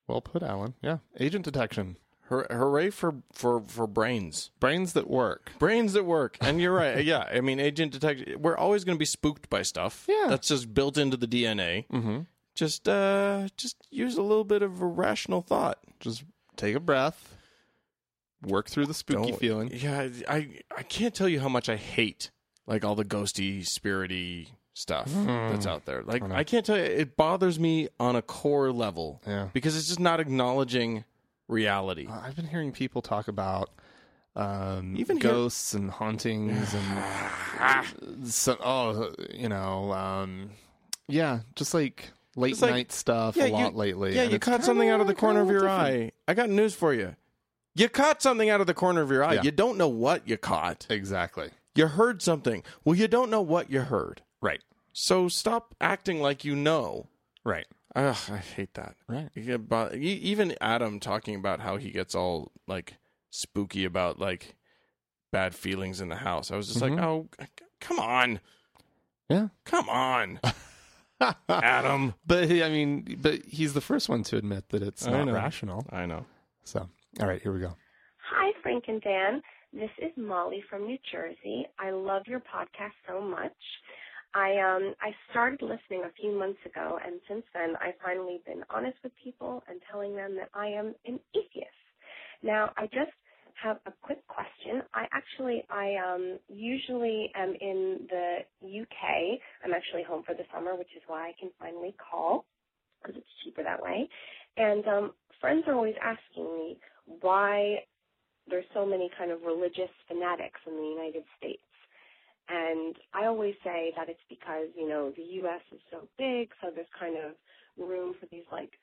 A: Well put, Alan. Yeah, agent detection,
B: Hur- hooray for for for brains.
A: brains that work.
B: Brains that work. And you're right. Yeah. I mean, agent detect. We're always going to be spooked by stuff.
A: Yeah.
B: That's just built into the DNA. Mm-hmm. Just, uh, just use a little bit of a rational thought.
A: Just take a breath, work through the spooky
B: Don't-
A: feeling.
B: Oh, Yeah. I, I can't tell you how much I hate like all the ghosty, spirity stuff
A: Hmm.
B: that's out there. Like, I can't tell you. It bothers me on a core level.
A: Yeah.
B: Because it's just not acknowledging reality.
A: Uh, I've been hearing people talk about um,
B: Even here-
A: ghosts and hauntings and so, oh, you know, um, yeah, just like late
B: Just like-
A: night stuff a
B: you-
A: lot lately.
B: Yeah,
A: and
B: you
A: it's
B: caught
A: kinda-
B: something out of the corner of your
A: kinda different.
B: eye. I got news for you. You caught something out of the corner of your eye.
A: Yeah.
B: You don't know what you caught.
A: Exactly.
B: You heard something. Well, you don't know what you heard.
A: Right.
B: So stop acting like you know.
A: Right.
B: Ugh, I hate that.
A: Right.
B: You get bo- e- even Adam talking about how he gets all like spooky about like bad feelings in the house. I was just
A: Mm-hmm.
B: like, oh, c- come on,
A: Yeah.
B: come on, Adam.
A: But he- I mean, but he's the first one to admit that it's
B: I
A: not
B: know.
A: rational.
B: I know.
A: So, all right, here we go.
G: Hi, Frank and Dan. This is Molly from New Jersey. I love your podcast so much. I um I started listening a few months ago, and since then I've finally been honest with people and telling them that I am an atheist. Now I just have a quick question. I actually I um usually am in the UK. I'm actually home for the summer, which is why I can finally call because it's cheaper that way. And um, friends are always asking me why there's so many kind of religious fanatics in the United States. And I always say that it's because, you know, the US is so big, so there's kind of room for these like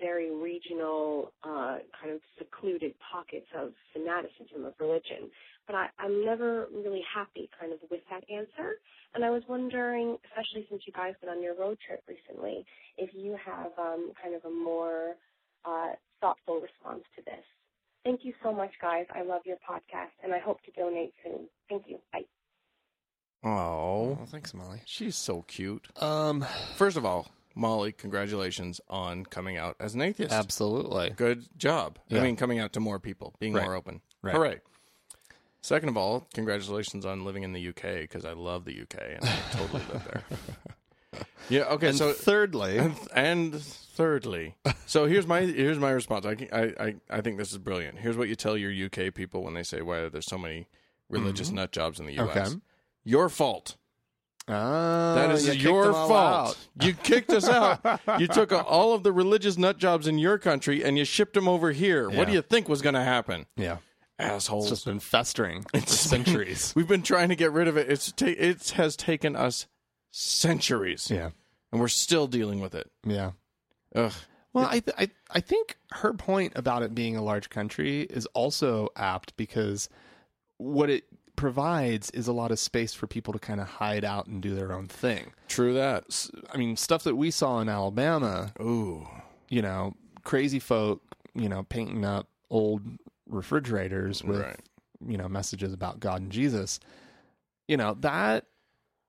G: very regional, uh, kind of secluded pockets of fanaticism of religion. But I, I'm never really happy kind of with that answer. And I was wondering, especially since you guys went on your road trip recently, if you have um, kind of a more uh, thoughtful response to this. Thank you so much, guys. I love your podcast, and I hope to donate soon. Thank you. Bye.
B: Oh,
A: thanks, Molly.
B: she's so cute.
A: Um,
B: First of all, Molly, congratulations on coming out as an atheist.
A: absolutely.
B: Good job. I
A: Yeah.
B: mean, coming out to more people, being
A: Right.
B: more open.
A: Right.
B: Hooray. Second of all, congratulations on living in the UK because I love the UK and I totally live there. Yeah. Okay.
A: And
B: so
A: thirdly,
B: and, and thirdly, so here's my here's my response. I, I I I think this is brilliant. Here's what you tell your UK
A: Mm-hmm.
B: people when they say why there's so many religious nut jobs in the US.
A: Okay.
B: Your fault.
A: Oh,
B: That is
A: you kicked
B: your
A: them all
B: fault.
A: out.
B: You kicked us out. You took uh, all of the religious nut jobs in your country and you shipped them over here. What do
A: Yeah.
B: you think was going to happen?
A: Yeah.
B: Assholes.
A: It's just been festering for centuries.
B: We've been trying to get rid of it. It's ta- it has taken us centuries,
A: yeah.
B: and we're still dealing with it.
A: Yeah.
B: Ugh.
A: Well, I, th- I I think her point about it being a large country is also apt because what it provides is a lot of space for people to kind of hide out and do their own thing.
B: True that.
A: S- I mean, stuff that we saw in Alabama,
B: Ooh.
A: you know, crazy folk, you know, painting up old refrigerators with
B: Right.
A: you know messages about God and Jesus. You know that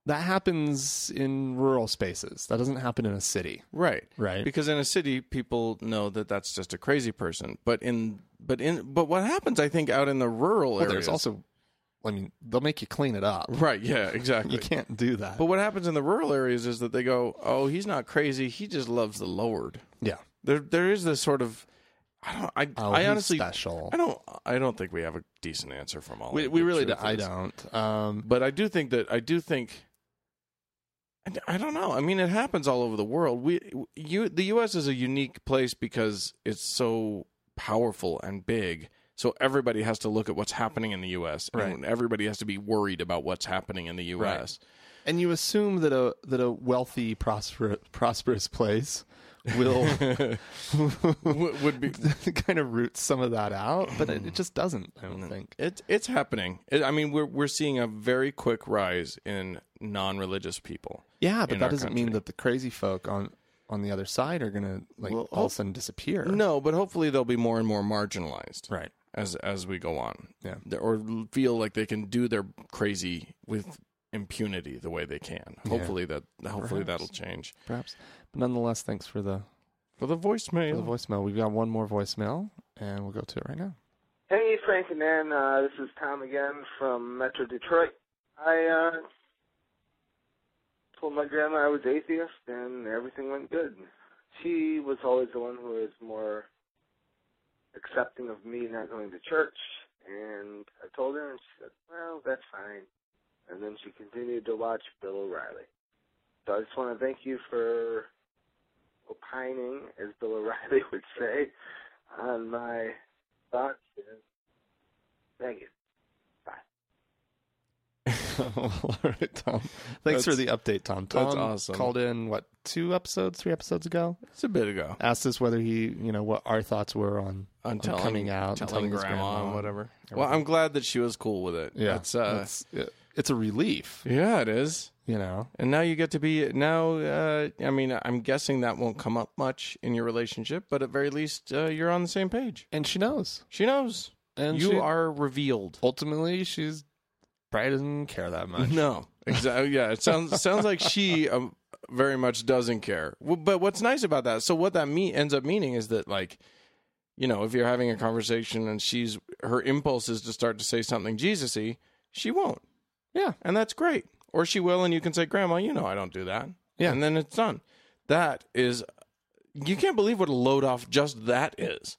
A: that happens in rural spaces. That doesn't happen in a city,
B: Right.
A: right?
B: Because in a city, people know that that's just a crazy person. But in but in but what happens? I think out in the rural
A: Well,
B: areas.
A: there's also, I mean, they'll make you clean it up.
B: right. Yeah. Exactly.
A: You can't do that.
B: But what happens in the rural areas is that they go, "Oh, he's not crazy. He just loves the Lord."
A: yeah.
B: There, there is this sort of, I don't, I,
A: Oh,
B: I
A: he's
B: honestly,
A: special.
B: I don't, I don't think we have a decent answer from all.
A: We,
B: of
A: we
B: the
A: really, do,
B: truth
A: I
B: is.
A: don't. Um,
B: But I do think that I do think. I d- I don't know. I mean, it happens all over the world. We, you, the U.S. is a unique place because it's so powerful and big. So everybody has to look at what's happening in the U.S.
A: Right.
B: and everybody has to be worried about what's happening in the U.S.
A: and you assume that a that a wealthy, prosper, prosperous place will
B: W- would be
A: kind of root some of that out, but it, it just doesn't. I don't think.
B: It's it's happening. It, I mean, we're we're seeing a very quick rise in non-religious people.
A: Yeah, but
B: in
A: that
B: our
A: doesn't mean
B: country.
A: that the crazy folk on on the other side are gonna like
B: Well,
A: all
B: hope-
A: of a sudden disappear.
B: No, but hopefully they'll be more and more marginalized
A: Right.
B: as as we go on.
A: Yeah.
B: They- or feel like they can do their crazy with impunity the way they can. Hopefully that hopefully
A: Perhaps.
B: that'll change.
A: Perhaps. But nonetheless, thanks for the
B: For the voicemail,
A: for the voicemail. We've got one more voicemail, and we'll go to it right now.
E: Hey, Frank and Nan. Uh, this is Tom again from Metro Detroit. I uh, told my grandma I was atheist, and everything went good. She was always the one who was more accepting of me not going to church, and I told her, and she said, "Well, that's fine." And then she continued to watch Bill O'Reilly. So I just want to thank you for opining, as Bill O'Reilly would say, on my thoughts and Thank you.
A: All right, Tom. Thanks
B: That's-
A: for the update, Tom. Tom
B: that's awesome.
A: called in what two episodes, three episodes ago.
B: it's a bit ago.
A: Asked us whether he, you know, what our thoughts were on
B: On telling,
A: coming out, and
B: telling,
A: telling his
B: grandma,
A: grandma
B: and
A: and
B: whatever. Well, I'm glad that she was cool with it. That's, uh,
A: that's- it- it's a relief,
B: yeah, it is.
A: you know.
B: And now you get to be now. Uh, I mean, I'm guessing that won't come up much in your relationship, but at very least uh, you're on the same page.
A: And she knows,
B: She knows,
A: and
B: you
A: she-
B: are revealed.
A: ultimately she's probably doesn't care that much.
B: No, exactly. Yeah, it sounds sounds like she um, very much doesn't care. Well, but what's nice about that? So what that me- ends up meaning is that like, you know, if you're having a conversation and she's her impulse is to start to say something Jesus-y, she won't.
A: Yeah.
B: and that's great. Or she will, and you can say, "Grandma, you know I don't do that."
A: Yeah.
B: and then it's done. That is, you can't believe what a load off just that is.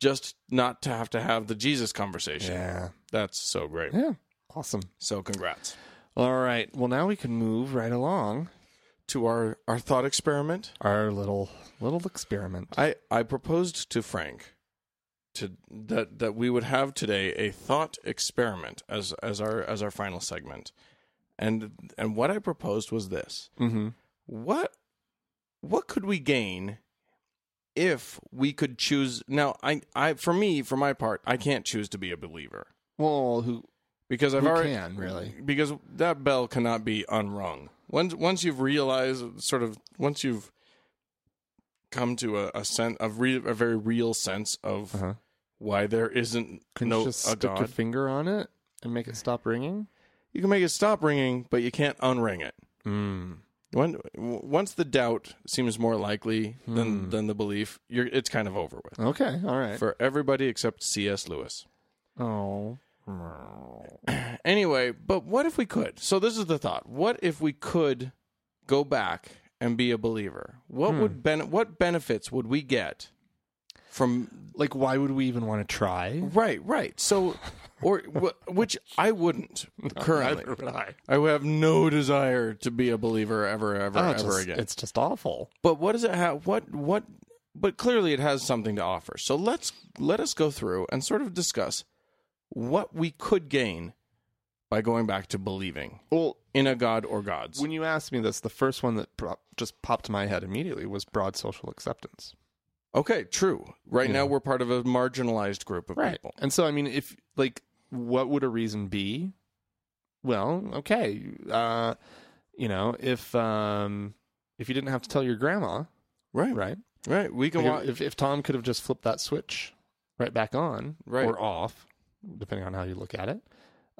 B: Just not to have to have the Jesus conversation.
A: Yeah.
B: That's so great.
A: Yeah. Awesome.
B: So congrats.
A: All right. Well, now we can move right along
B: to our, our thought experiment.
A: our little little experiment.
B: I, I proposed to Frank to that that we would have today a thought experiment as as our as our final segment. And and what I proposed was this.
A: Mm-hmm.
B: What what could we gain if we could choose now I I for me for my part I can't choose to be a believer
A: Well, who
B: because I've
A: Who
B: already
A: can, really?
B: because that bell cannot be unrung. Once once you've realized sort of once you've come to a, a sense of re, a very real sense of
A: Uh-huh.
B: why there isn't
A: can
B: no
A: you just
B: a
A: stick your
B: god.
A: finger on it and make it stop ringing?
B: you can make it stop ringing, but you can't unring it.
A: Mm.
B: When w- once the doubt seems more likely than than the belief, you're it's kind of over with
A: Hmm. Okay. All right.
B: for everybody except C.S. Lewis.
A: oh.
B: Anyway, but what if we could? So this is the thought. What if we could go back and be a believer? What would ben- what benefits would we get from
A: Like, why would we even want to try?
B: right, right. So, or wh- which I wouldn't currently.
A: Neither would I.
B: I would have no desire to be a believer ever, ever,
A: Oh,
B: ever
A: it's just-
B: again.
A: It's just awful.
B: But what does it have? What what? But clearly, it has something to offer. So let's let us go through and sort of discuss what we could gain by going back to believing
A: Well,
B: in a god or gods.
A: when you asked me this, the first one that pro- just popped to my head immediately was broad social acceptance.
B: Okay, true. Right
A: Yeah.
B: now, we're part of a marginalized group of people.
A: And so, I mean, if like, what would a reason be? Well, okay, uh, you know, if um, if you didn't have to tell your grandma,
B: Right, right,
A: right?
B: right. We can
A: Like,
B: watch.
A: if, if Tom could have just flipped that switch right back on
B: Right.
A: or off, depending on how you look at it.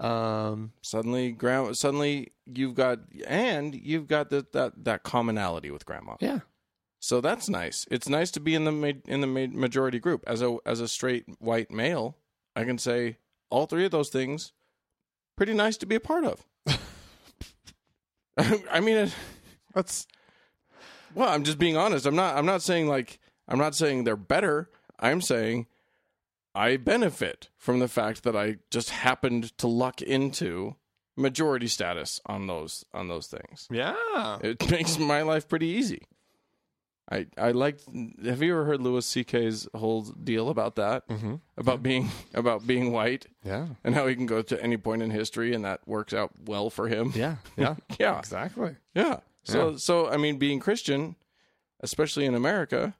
A: Um,
B: suddenly, grandma. Suddenly, you've got and you've got that that that commonality with grandma.
A: yeah,
B: So that's nice. It's nice to be in the ma- in the ma- majority group as a as a straight white male. I can say all three of those things. Pretty nice to be a part of. I mean, it,
A: that's
B: well, I'm just being honest. I'm not. I'm not saying like. I'm not saying they're better. I'm saying I benefit from the fact that I just happened to luck into majority status on those on those things.
A: yeah.
B: It makes my life pretty easy. I I like. Have you ever heard Louis C.K.'s whole deal about that? Mm-hmm. About being about being white
A: Yeah.
B: and how he can go to any point in history and that works out well for him.
A: Yeah. Yeah.
B: Yeah.
A: Exactly.
B: Yeah. So so I mean, being Christian, especially in America,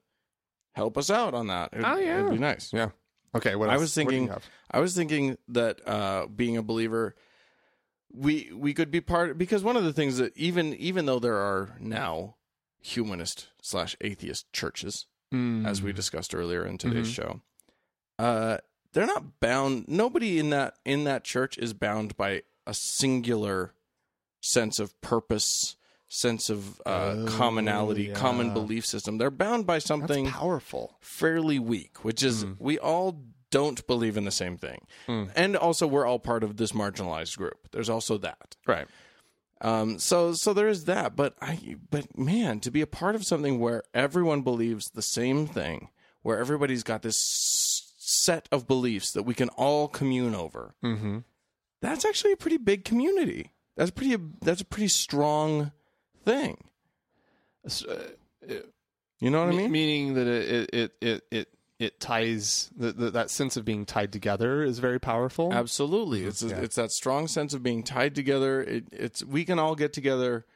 B: help us out on that. It'd,
A: Oh, yeah.
B: it'd be nice.
A: Yeah. Okay. What
B: I
A: else?
B: was
A: What do you
B: thinking.
A: have?
B: I was thinking that uh, being a believer, we we could be part because one of the things that even even though there are now humanist slash atheist churches,
A: hmm,
B: as we discussed earlier in today's show, uh, they're not bound. Nobody in that in that church is bound by a singular sense of purpose, sense of uh, commonality, common belief system. They're bound by something
A: That's powerful.
B: fairly weak, which is
A: Mm-hmm.
B: we all don't believe in the same thing.
A: Mm.
B: And also we're all part of this marginalized group. There's also that.
A: Right.
B: Um so so there is that, but I but man, to be a part of something where everyone believes the same thing, where everybody's got this s- set of beliefs that we can all commune over.
A: Mm-hmm.
B: That's actually a pretty big community. That's pretty that's a pretty strong thing.
A: uh,
B: You know what I mean?
A: Meaning that it it it it it ties the, the, that sense of being tied together is very powerful.
B: Absolutely, it's
A: Mm-hmm. Yeah.
B: it's that strong sense of being tied together. It, it's we can all get together,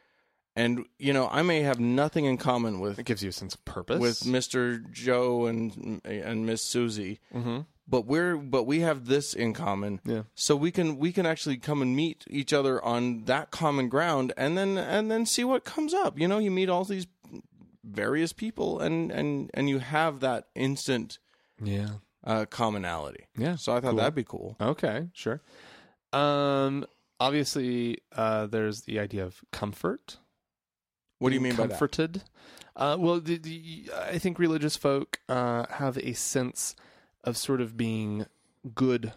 B: and you know I may have nothing in common with
A: It gives you a sense of purpose.
B: with Mister Joe and and Miss Susie, mm-hmm. but we're but we have this in common.
A: Yeah.
B: So we can we can actually come and meet each other on that common ground, and then and then see what comes up. You know, you meet all these various people, and and and you have that instant
A: yeah.
B: uh, commonality.
A: Yeah,
B: So I thought
A: cool.
B: that'd be cool.
A: Okay. Sure. Um. Obviously, uh, there's the idea of comfort.
B: What do you mean by that?
A: comforted? Uh, well, the, the, I think religious folk uh, have a sense of sort of being good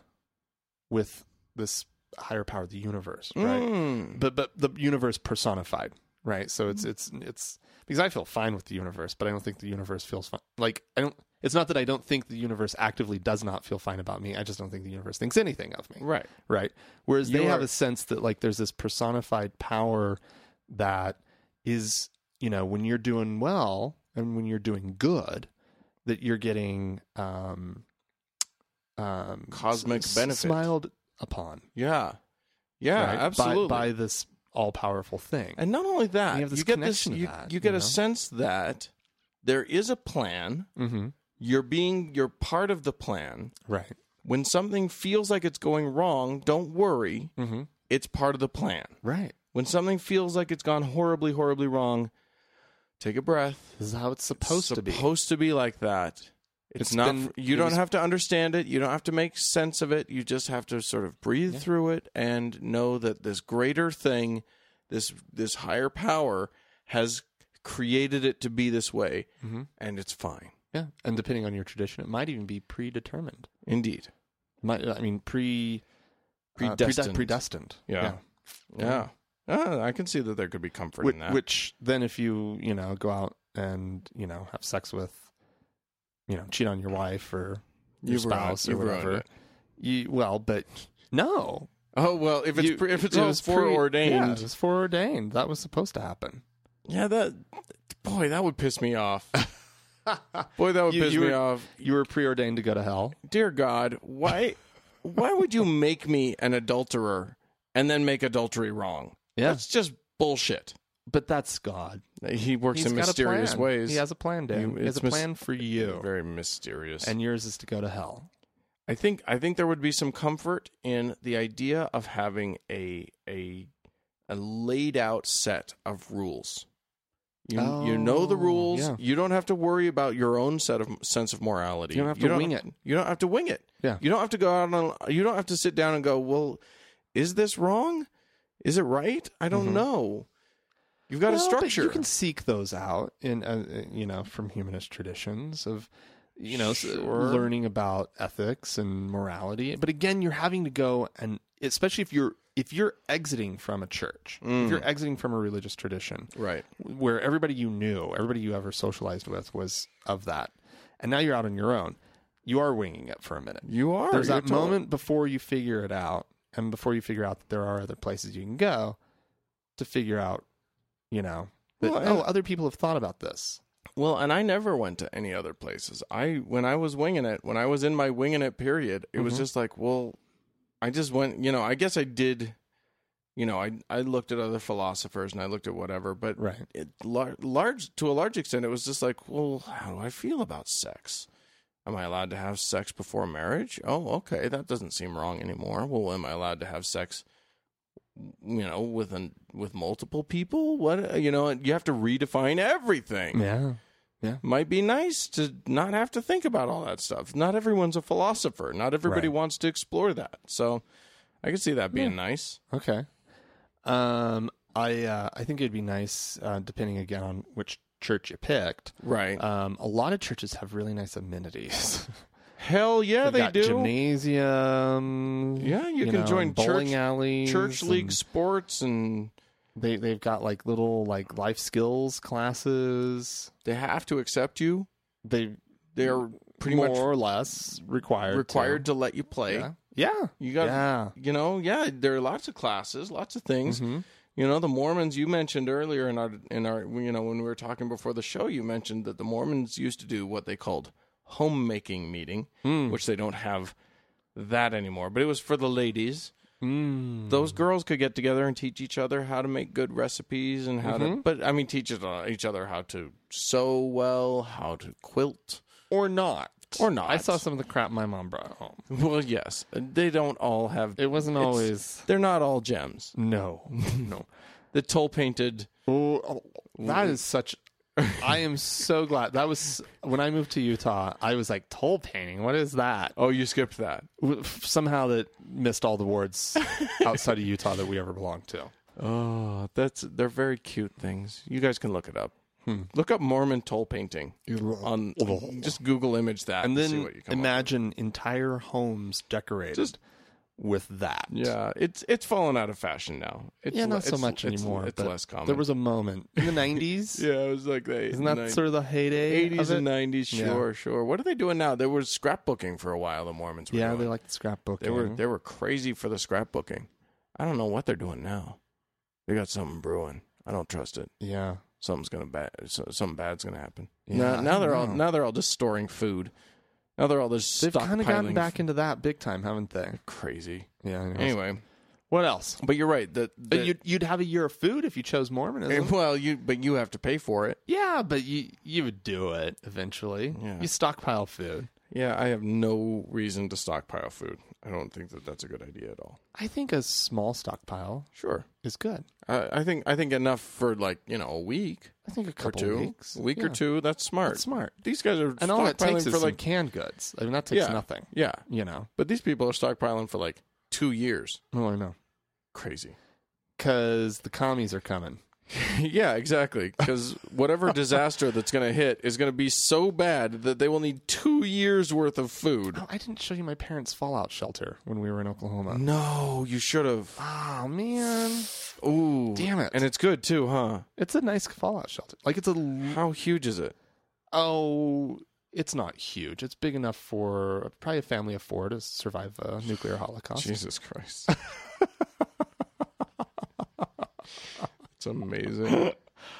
A: with this higher power, the universe, right?
B: Mm.
A: But but the universe personified, right? So
B: Mm-hmm.
A: it's it's it's because I feel fine with the universe, but I don't think the universe feels fine. Like I don't. It's not that I don't think the universe actively does not feel fine about me. I just don't think the universe thinks anything of me
B: Right.
A: right? Whereas they
B: You
A: have
B: are-
A: a sense that like there's this personified power that is, you know, when you're doing well and when you're doing good, that you're getting um, um,
B: Cosmic benefit.
A: smiled upon,
B: Yeah. Yeah,
A: right? By-
B: absolutely.
A: by, this all powerful thing.
B: and not only that,
A: You
B: you,
A: have this
B: get this
A: connection to
B: you,
A: that,
B: you get
A: you know?
B: a sense that there is a plan.
A: Mhm.
B: You're being you're part of the plan.
A: right,
B: When something feels like it's going wrong, don't worry.
A: Mhm.
B: It's part of the plan.
A: right.
B: When something feels like it's gone horribly horribly wrong, take a breath.
A: This is how it's supposed, to be.
B: Supposed to be like that. It's,
A: It's
B: not.
A: been-
B: you
A: it
B: don't
A: was-
B: have to understand it. You don't have to make sense of it. You just have to sort of breathe through it and know that this greater thing, this this higher power, has created it to be this way,
A: Mm-hmm.
B: and it's fine.
A: yeah, and depending on your tradition, it might even be predetermined.
B: Indeed.
A: Might, I mean, pre uh, prede-
B: Predestined.
A: predestined.
B: Yeah. Yeah. Ah, I can see that there could be comfort
A: which,
B: in that.
A: which then if you you know go out and you know have sex with you know, cheat on your wife or your
B: You've ruined-
A: spouse
B: you've
A: or
B: ruined
A: whatever.
B: it.
A: You well, but no,
B: Oh well, if it's
A: You-
B: pre, if it's
A: it
B: all
A: was pre- yeah,
B: foreordained,
A: it was foreordained. That was supposed to happen.
B: yeah. that boy, that would piss me off. boy, that would
A: You-
B: piss
A: you
B: me
A: were-
B: off.
A: You were preordained to go to hell.
B: Dear God, why why would you make me an adulterer and then make adultery wrong?
A: Yeah.
B: That's just bullshit.
A: But that's God.
B: He works
A: He's
B: in
A: got a
B: mysterious
A: plan.
B: ways.
A: He has a plan, Dan.
B: You-
A: he has
B: it's
A: a
B: mis-
A: plan for you,
B: Very mysterious.
A: and yours is to go to hell.
B: I think I think there would be some comfort in the idea of having a a a laid out set of rules. You, you know the
A: Oh,
B: rules.
A: yeah.
B: You don't have to worry about your own set of sense of morality.
A: You don't have to wing it.
B: You don't have to wing it.
A: Yeah.
B: You don't have to go out on. You don't have to sit down and go. Well, is this wrong? Is it right? I
A: Mm-hmm.
B: don't know. You've got a
A: Well, but
B: structure.
A: you can seek those out in, uh, uh, you know, from humanist traditions of, you know, s-
B: Sure.
A: learning about ethics and morality. But again, you're having to go and especially if you're if you're exiting from a church, if you're exiting from a religious tradition,
B: Mm. right.
A: where everybody you knew, everybody you ever socialized with was of that, and now you're out on your own. You are winging it for a minute.
B: You are.
A: There's
B: You're
A: that
B: totally-
A: moment before you figure it out, and before you figure out that there are other places you can go to figure out, you know, that
B: Well, and-
A: oh, other people have thought about this.
B: Well, and I never went to any other places. I when I was winging it, when I was in my winging it period, it was just like, well, I just went. You know, I guess I did. You know, I I looked at other philosophers and I looked at whatever, but
A: Right.
B: it, lar- large to a large extent, it was just like, well, how do I feel about sex? Am I allowed to have sex before marriage? Oh, okay, that doesn't seem wrong anymore. Well, am I allowed to have sex? You know, with an with multiple people, what you know, you have to redefine everything
A: Yeah,
B: might be nice to not have to think about all that stuff. Not everyone's a philosopher. Not everybody
A: Right.
B: wants to explore that. So I could see that being nice.
A: okay. Um, I uh, I think it'd be nice, uh, depending again on which church you picked.
B: Right.
A: Um, a lot of churches have really nice amenities.
B: Hell yeah,
A: They've
B: they
A: got
B: do.
A: Gymnasium.
B: Yeah, you can join
A: bowling
B: church-
A: alleys,
B: Church
A: and
B: league sports and
A: They they've got like little like life skills classes.
B: they have to accept you.
A: They
B: They're pretty
A: more
B: much
A: or less required
B: required
A: to,
B: to let you play.
A: yeah. yeah
B: You got
A: yeah
B: you know, yeah, there are lots of classes, lots of things.
A: Mhm.
B: You know, the Mormons you mentioned earlier in our in our you know when we were talking before the show, you mentioned that the Mormons used to do what they called homemaking meeting, which they don't have that anymore, but it was for the ladies. Those girls could get together and teach each other how to make good recipes and how to, but I mean, teach it- uh, each other how to sew well, how to quilt.
A: or not
B: Or not.
A: I saw some of the crap my mom brought home.
B: Well, yes, they don't all have.
A: It wasn't
B: it's-
A: always
B: They're not all gems.
A: no no.
B: The toll painted.
A: Oh, oh, that is such. I am so glad that was when I moved to Utah. I was like toll painting. What is that?
B: Oh, you skipped that.
A: W- Somehow that missed all the wards outside of Utah that we ever belonged to.
B: Oh, that's they're very cute things. You guys can look it up.
A: Hmm.
B: Look up Mormon toll painting on just Google image that
A: and
B: see
A: then
B: what you come up with.
A: imagine entire homes decorated
B: Just-
A: with that.
B: Yeah, it's it's fallen out of fashion now. It's
A: yeah,
B: le-
A: not so
B: it's-
A: much
B: it's-
A: anymore.
B: It's,
A: but
B: less common.
A: There was a moment in the nineties.
B: yeah, it was like they
A: Isn't that sort of the heyday?
B: eighties
A: of it?
B: and nineties?
A: Yeah.
B: Sure, sure. What are they doing now? There was scrapbooking for a while. The Mormons were
A: Yeah,
B: doing.
A: they like the scrapbook.
B: they were they were crazy for the scrapbooking. I don't know what they're doing now. They got something brewing. I don't trust it.
A: yeah.
B: something's gonna bad so, something bad's gonna happen.
A: Yeah,
B: now,
A: I
B: now they're
A: don't
B: all
A: know.
B: now they're all just storing food. Now they're all just
A: They've kind
B: stockpiling
A: of gotten back
B: f-
A: into that big time, haven't they?
B: crazy.
A: Yeah. anyways.
B: Anyway,
A: what else?
B: but you're right. The, the
A: But you'd, you'd have a year of food if you chose Mormonism.
B: well, you but you have to pay for it.
A: yeah, but you you would do it eventually.
B: Yeah.
A: You stockpile food.
B: Yeah, I have no reason to stockpile food. I don't think that that's a good idea at all.
A: I think a small stockpile
B: Sure,
A: is good.
B: I, I think I think enough for like you know a week
A: I think a
B: or
A: couple
B: two,
A: weeks,
B: a week or
A: Yeah.
B: two. That's smart.
A: That's smart.
B: These guys are
A: and all that
B: stockpiling
A: takes is
B: for
A: like
B: like
A: canned goods. I mean, that takes
B: yeah,
A: nothing.
B: Yeah,
A: You know.
B: but these people are stockpiling for like two years.
A: Oh, I know.
B: Crazy.
A: Because the commies are coming.
B: Yeah, exactly. Because whatever disaster that's going to hit is going to be so bad that they will need two years worth of food.
A: Oh, I didn't show you my parents' fallout shelter when we were in Oklahoma.
B: No, you should have.
A: Oh man,
B: Ooh,
A: Damn it.
B: And it's good too, huh?
A: it's a nice fallout shelter. Like it's a l-
B: How huge is it?
A: oh, it's not huge. It's big enough for probably a family of four to survive a nuclear holocaust.
B: Jesus Christ. it's amazing.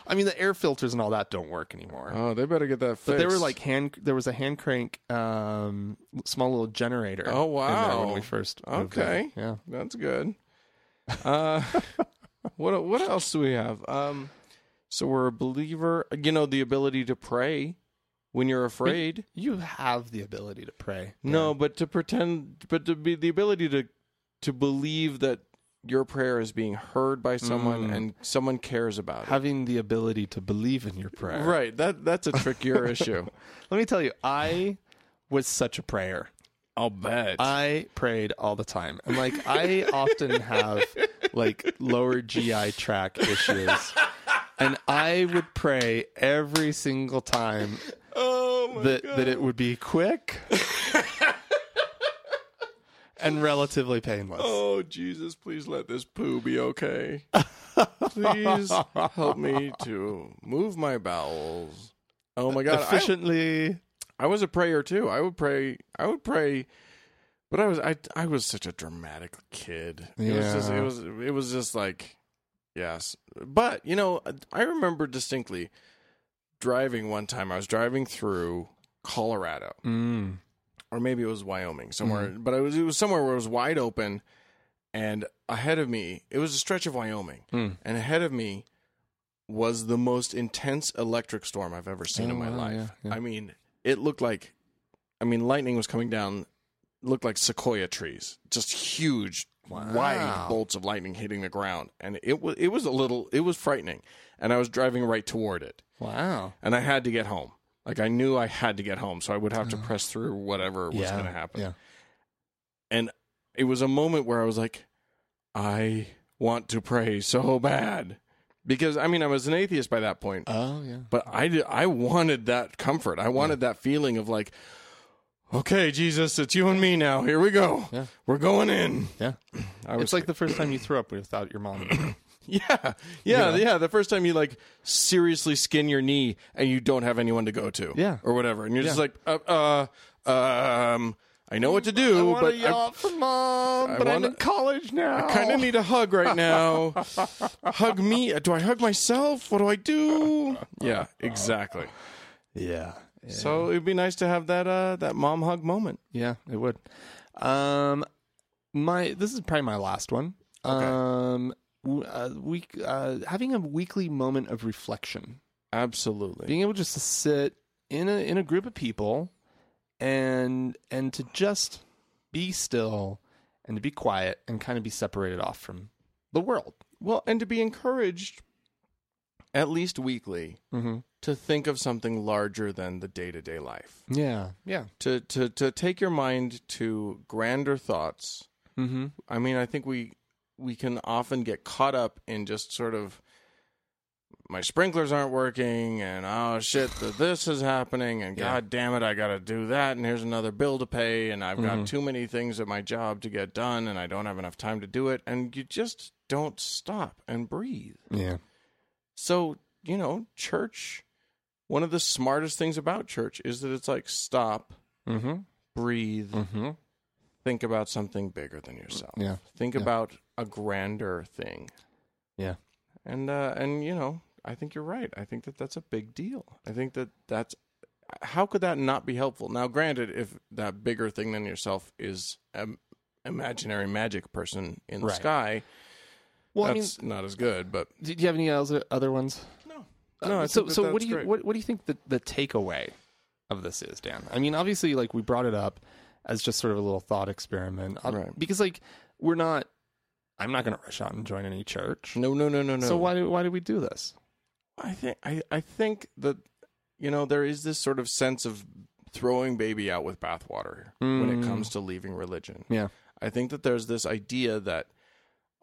A: I mean, the air filters and all that don't work anymore.
B: Oh, they better get that fixed.
A: But they were like hand. There was a hand crank, um, small little generator.
B: Oh,
A: in there
B: wow.
A: when we first moved in.
B: Okay.
A: yeah.
B: That's good. Uh, what what else do we have? Um, so we're a believer. You know the ability to pray when you're afraid.
A: You have the ability to pray.
B: No, but to pretend, but to be the ability to to believe that your prayer is being heard by someone and someone cares about it.
A: Having the ability to believe in your prayer.
B: Right. That that's a trickier issue.
A: Let me tell you, I was such a prayer.
B: I'll bet.
A: I prayed all the time. And like I often have like lower GI tract issues. And I would pray every single time
B: oh my
A: that, that it would be quick and relatively painless.
B: Oh Jesus, please let this poo be okay. please help me to move my bowels. Oh my god, I,
A: Efficiently
B: I was a prayer too. I would pray. I would pray, but I was I I was such a dramatic kid. It was just
A: Yeah.
B: it was it was just like yes. But you know, I remember distinctly driving one time. I was driving through Colorado
A: Mm. Mm-hmm.
B: or maybe it was Wyoming somewhere, but it was it was somewhere where it was wide open, and ahead of me it was a stretch of Wyoming,
A: Mm.
B: and ahead of me was the most intense electric storm I've ever seen
A: Oh,
B: in my
A: wow,
B: life.
A: yeah, yeah.
B: I mean, it looked like, I mean, lightning was coming down, looked like sequoia trees, just huge, wide
A: Wow.
B: bolts of lightning hitting the ground, and it was it was a little it was frightening, and I was driving right toward it
A: Wow.
B: and I had to get home. Like I knew I had to get home, so I would have to press through whatever was going to happen.
A: Oh. Yeah.
B: And it was a moment where I was like, I want to pray so bad because I mean I was an atheist by that point,
A: Oh yeah.
B: but I did, I wanted that comfort. I wanted that feeling of like, okay, Jesus, it's you and me now. Here we go.
A: Yeah.
B: We're going in.
A: Yeah.
B: I
A: It's like the first time you threw up without your mom.
B: yeah, yeah, yeah. The first time you like seriously skin your knee and you don't have anyone to go to,
A: Yeah.
B: or whatever, and you're just like, uh, uh, um, I know what to do, but I,
A: for mom,
B: I but I'm wanna- in
A: college now.
B: I kind of need a hug right now. hug me? Do I hug myself? What do I do? Yeah, exactly.
A: Yeah.
B: So it'd be nice to have that uh that mom hug moment.
A: Yeah, it would. Um, my this is probably my last one. Um, w- uh, week uh, having a weekly moment of reflection,
B: Absolutely.
A: being able just to sit in a in a group of people, and and to just be still and to be quiet and kind of be separated off from the world.
B: Well, and to be encouraged at least weekly
A: Mhm.
B: to think of something larger than the day to day life.
A: Yeah. Yeah.
B: to to to take your mind to grander thoughts.
A: Mm-hmm.
B: I mean, I think we we can often get caught up in just sort of my sprinklers aren't working and oh shit the, this is happening and god damn it i gotta do that and here's another bill to pay and i've got too many things at my job to get done and i don't have enough time to do it and you just don't stop and breathe
A: Yeah.
B: so, you know, church, one of the smartest things about church is that it's like stop,
A: Mhm.
B: breathe,
A: Mhm.
B: think about something bigger than yourself.
A: Yeah.
B: Think
A: Yeah.
B: about a grander thing.
A: Yeah.
B: And, uh, and, you know, I think you're right. I think that that's a big deal. I think that that's how could that not be helpful? Now, granted, if that bigger thing than yourself is an imaginary magic person in the
A: Right.
B: sky,
A: Well,
B: that's not as good, but
A: I mean, do you have any other other ones?
B: no.
A: Uh,
B: I
A: so
B: think that
A: so what
B: that's
A: do you
B: great.
A: what, what do you think the, the takeaway of this is, Dan? I mean, obviously, like we brought it up as just sort of a little thought experiment, Uh,
B: Right.
A: because like we're not, I'm not going to rush out and join any church.
B: No, no, no, no, no.
A: So why do why do we do this?
B: I think I, I think that you know there is this sort of sense of throwing baby out with bathwater when it comes to leaving religion.
A: Yeah,
B: I think that there's this idea that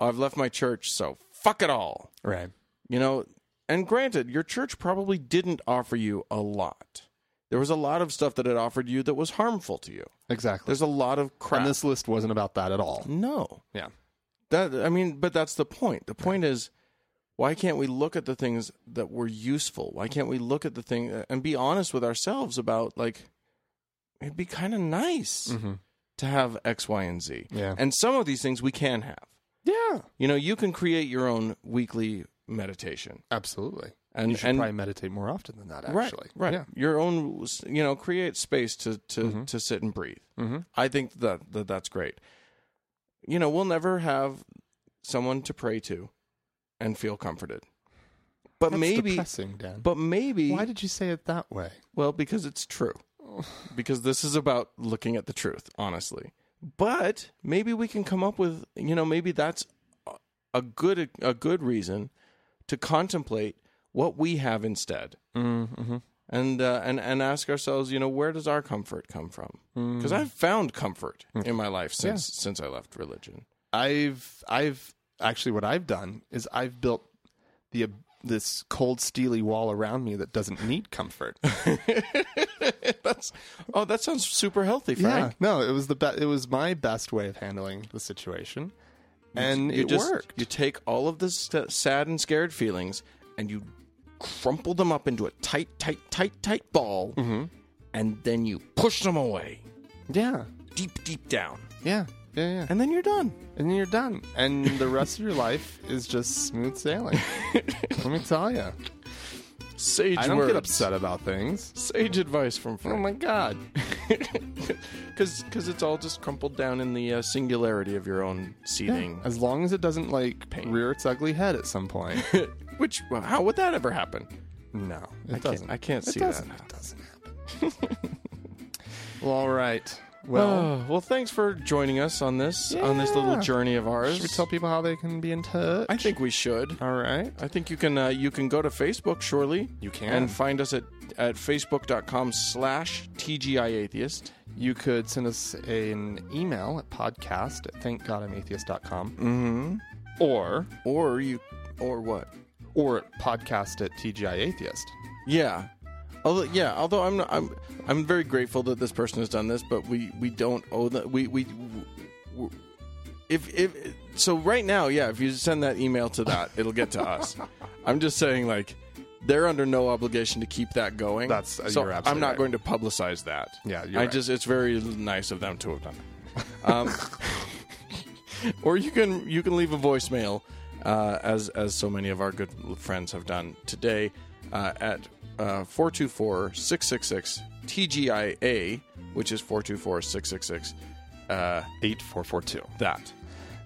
B: "Oh, I've left my church, so fuck it all.
A: right.
B: You know, and granted, your church probably didn't offer you a lot. There was a lot of stuff that it offered you that was harmful to you.
A: Exactly.
B: There's a lot of crap.
A: and this list wasn't about that at all.
B: no.
A: Yeah.
B: That I mean, but that's the point. The point is, why can't we look at the uh, things that were useful? Why can't we look at the thing and be honest with ourselves about like, it'd be kind of nice to have X, Y, and Z.
A: Mm-hmm. Yeah.
B: And some of these things we can have.
A: Yeah,
B: You know, you can create your own weekly meditation.
A: absolutely.
B: And-
A: you should
B: and-
A: probably meditate more often than that. Actually,
B: right, right.
A: Yeah.
B: Your own, you know, create space to to to sit and breathe. Mm-hmm. I think that, that that's great. You know, we'll never have someone to pray to and feel comforted, but
A: That's
B: maybe,
A: depressing, Dan.
B: but maybe,
A: why did you say it that way?
B: well, because it's true. Because this is about looking at the truth, honestly. But maybe we can come up with, you know, maybe that's a- a good a good reason to contemplate what we have instead, and uh, and and ask ourselves, you know, where does our comfort come from? Because I've found comfort in my life since since I left religion.
A: I've I've actually what I've done is I've built the uh, this cold steely wall around me that doesn't need comfort.
B: that's oh, that sounds super healthy, Frank.
A: No, it was the be- it was my best way of handling the situation, and
B: you
A: it
B: just,
A: worked.
B: You take all of the st- sad and scared feelings and you crumple them up into a tight, tight, tight, tight ball,
A: Mm-hmm.
B: and then you push them away
A: Yeah,
B: deep, deep down,
A: yeah, yeah, yeah.
B: and then you're done.
A: And then you're done, and the rest of your life is just smooth sailing. Let me tell you,
B: Sage
A: I don't
B: words.
A: get upset about things.
B: Sage advice from
A: Oh
B: Frank.
A: my god.
B: Because it's all just crumpled down in the uh, singularity of your own seething.
A: As long as it doesn't like rear its ugly head at some point.
B: Which well, how would that ever happen?
A: No, it
B: I
A: doesn't.
B: can't. I can't
A: it
B: see
A: doesn't.
B: that.
A: It doesn't happen. well, all right. Well,
B: Uh, well, thanks for joining us on this on this little
A: Yeah.
B: journey of ours.
A: should we tell people how they can be in touch?
B: I think we should.
A: All right.
B: I think you can uh, you can go to Facebook surely.
A: You can.
B: and find us at at facebook.com slash tgi atheist.
A: You could send us an email at podcast at thankgodimatheist.com. Mm-hmm. Or,
B: or you or what?
A: or at podcast at tgiatheist.
B: Yeah, although yeah, although I'm not, I'm I'm very grateful that this person has done this, but we we don't owe that we we. we if, if so right now yeah if you send that email to that it'll get to us i'm just saying like they're under no obligation to keep that going
A: That's- uh,
B: so
A: you're
B: i'm
A: absolutely
B: not
A: right.
B: going to publicize that
A: Yeah, you're
B: i
A: right.
B: just it's very nice of them to have done it um, or you can you can leave a voicemail uh, as as so many of our good friends have done today uh, at uh, 424-666-TGIA which is 424-666 uh,
A: 8442.
B: that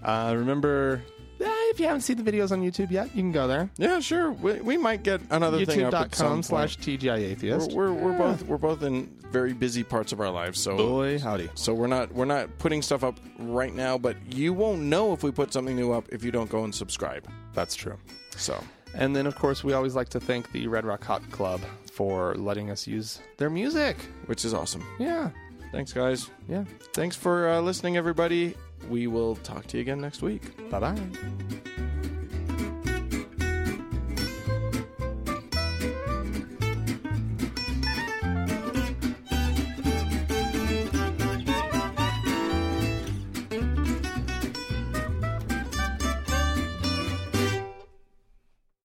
A: Uh, remember, eh, if you haven't seen the videos on YouTube yet, you can go there.
B: Yeah, sure. We, we might get another thing up at some
A: YouTube.com
B: point.
A: slash tgiatheist.
B: We're, we're, we're both we're both in very busy parts of our lives, so
A: Boy, howdy.
B: so we're not we're not putting stuff up right now. But you won't know if we put something new up if you don't go and subscribe.
A: That's true.
B: So
A: And then, of course, we always like to thank the Red Rock Hot Club for letting us use their music.
B: which is awesome.
A: Yeah,
B: Thanks, guys.
A: yeah.
B: Thanks for uh, listening, everybody. We will talk to you again next week.
A: Bye bye.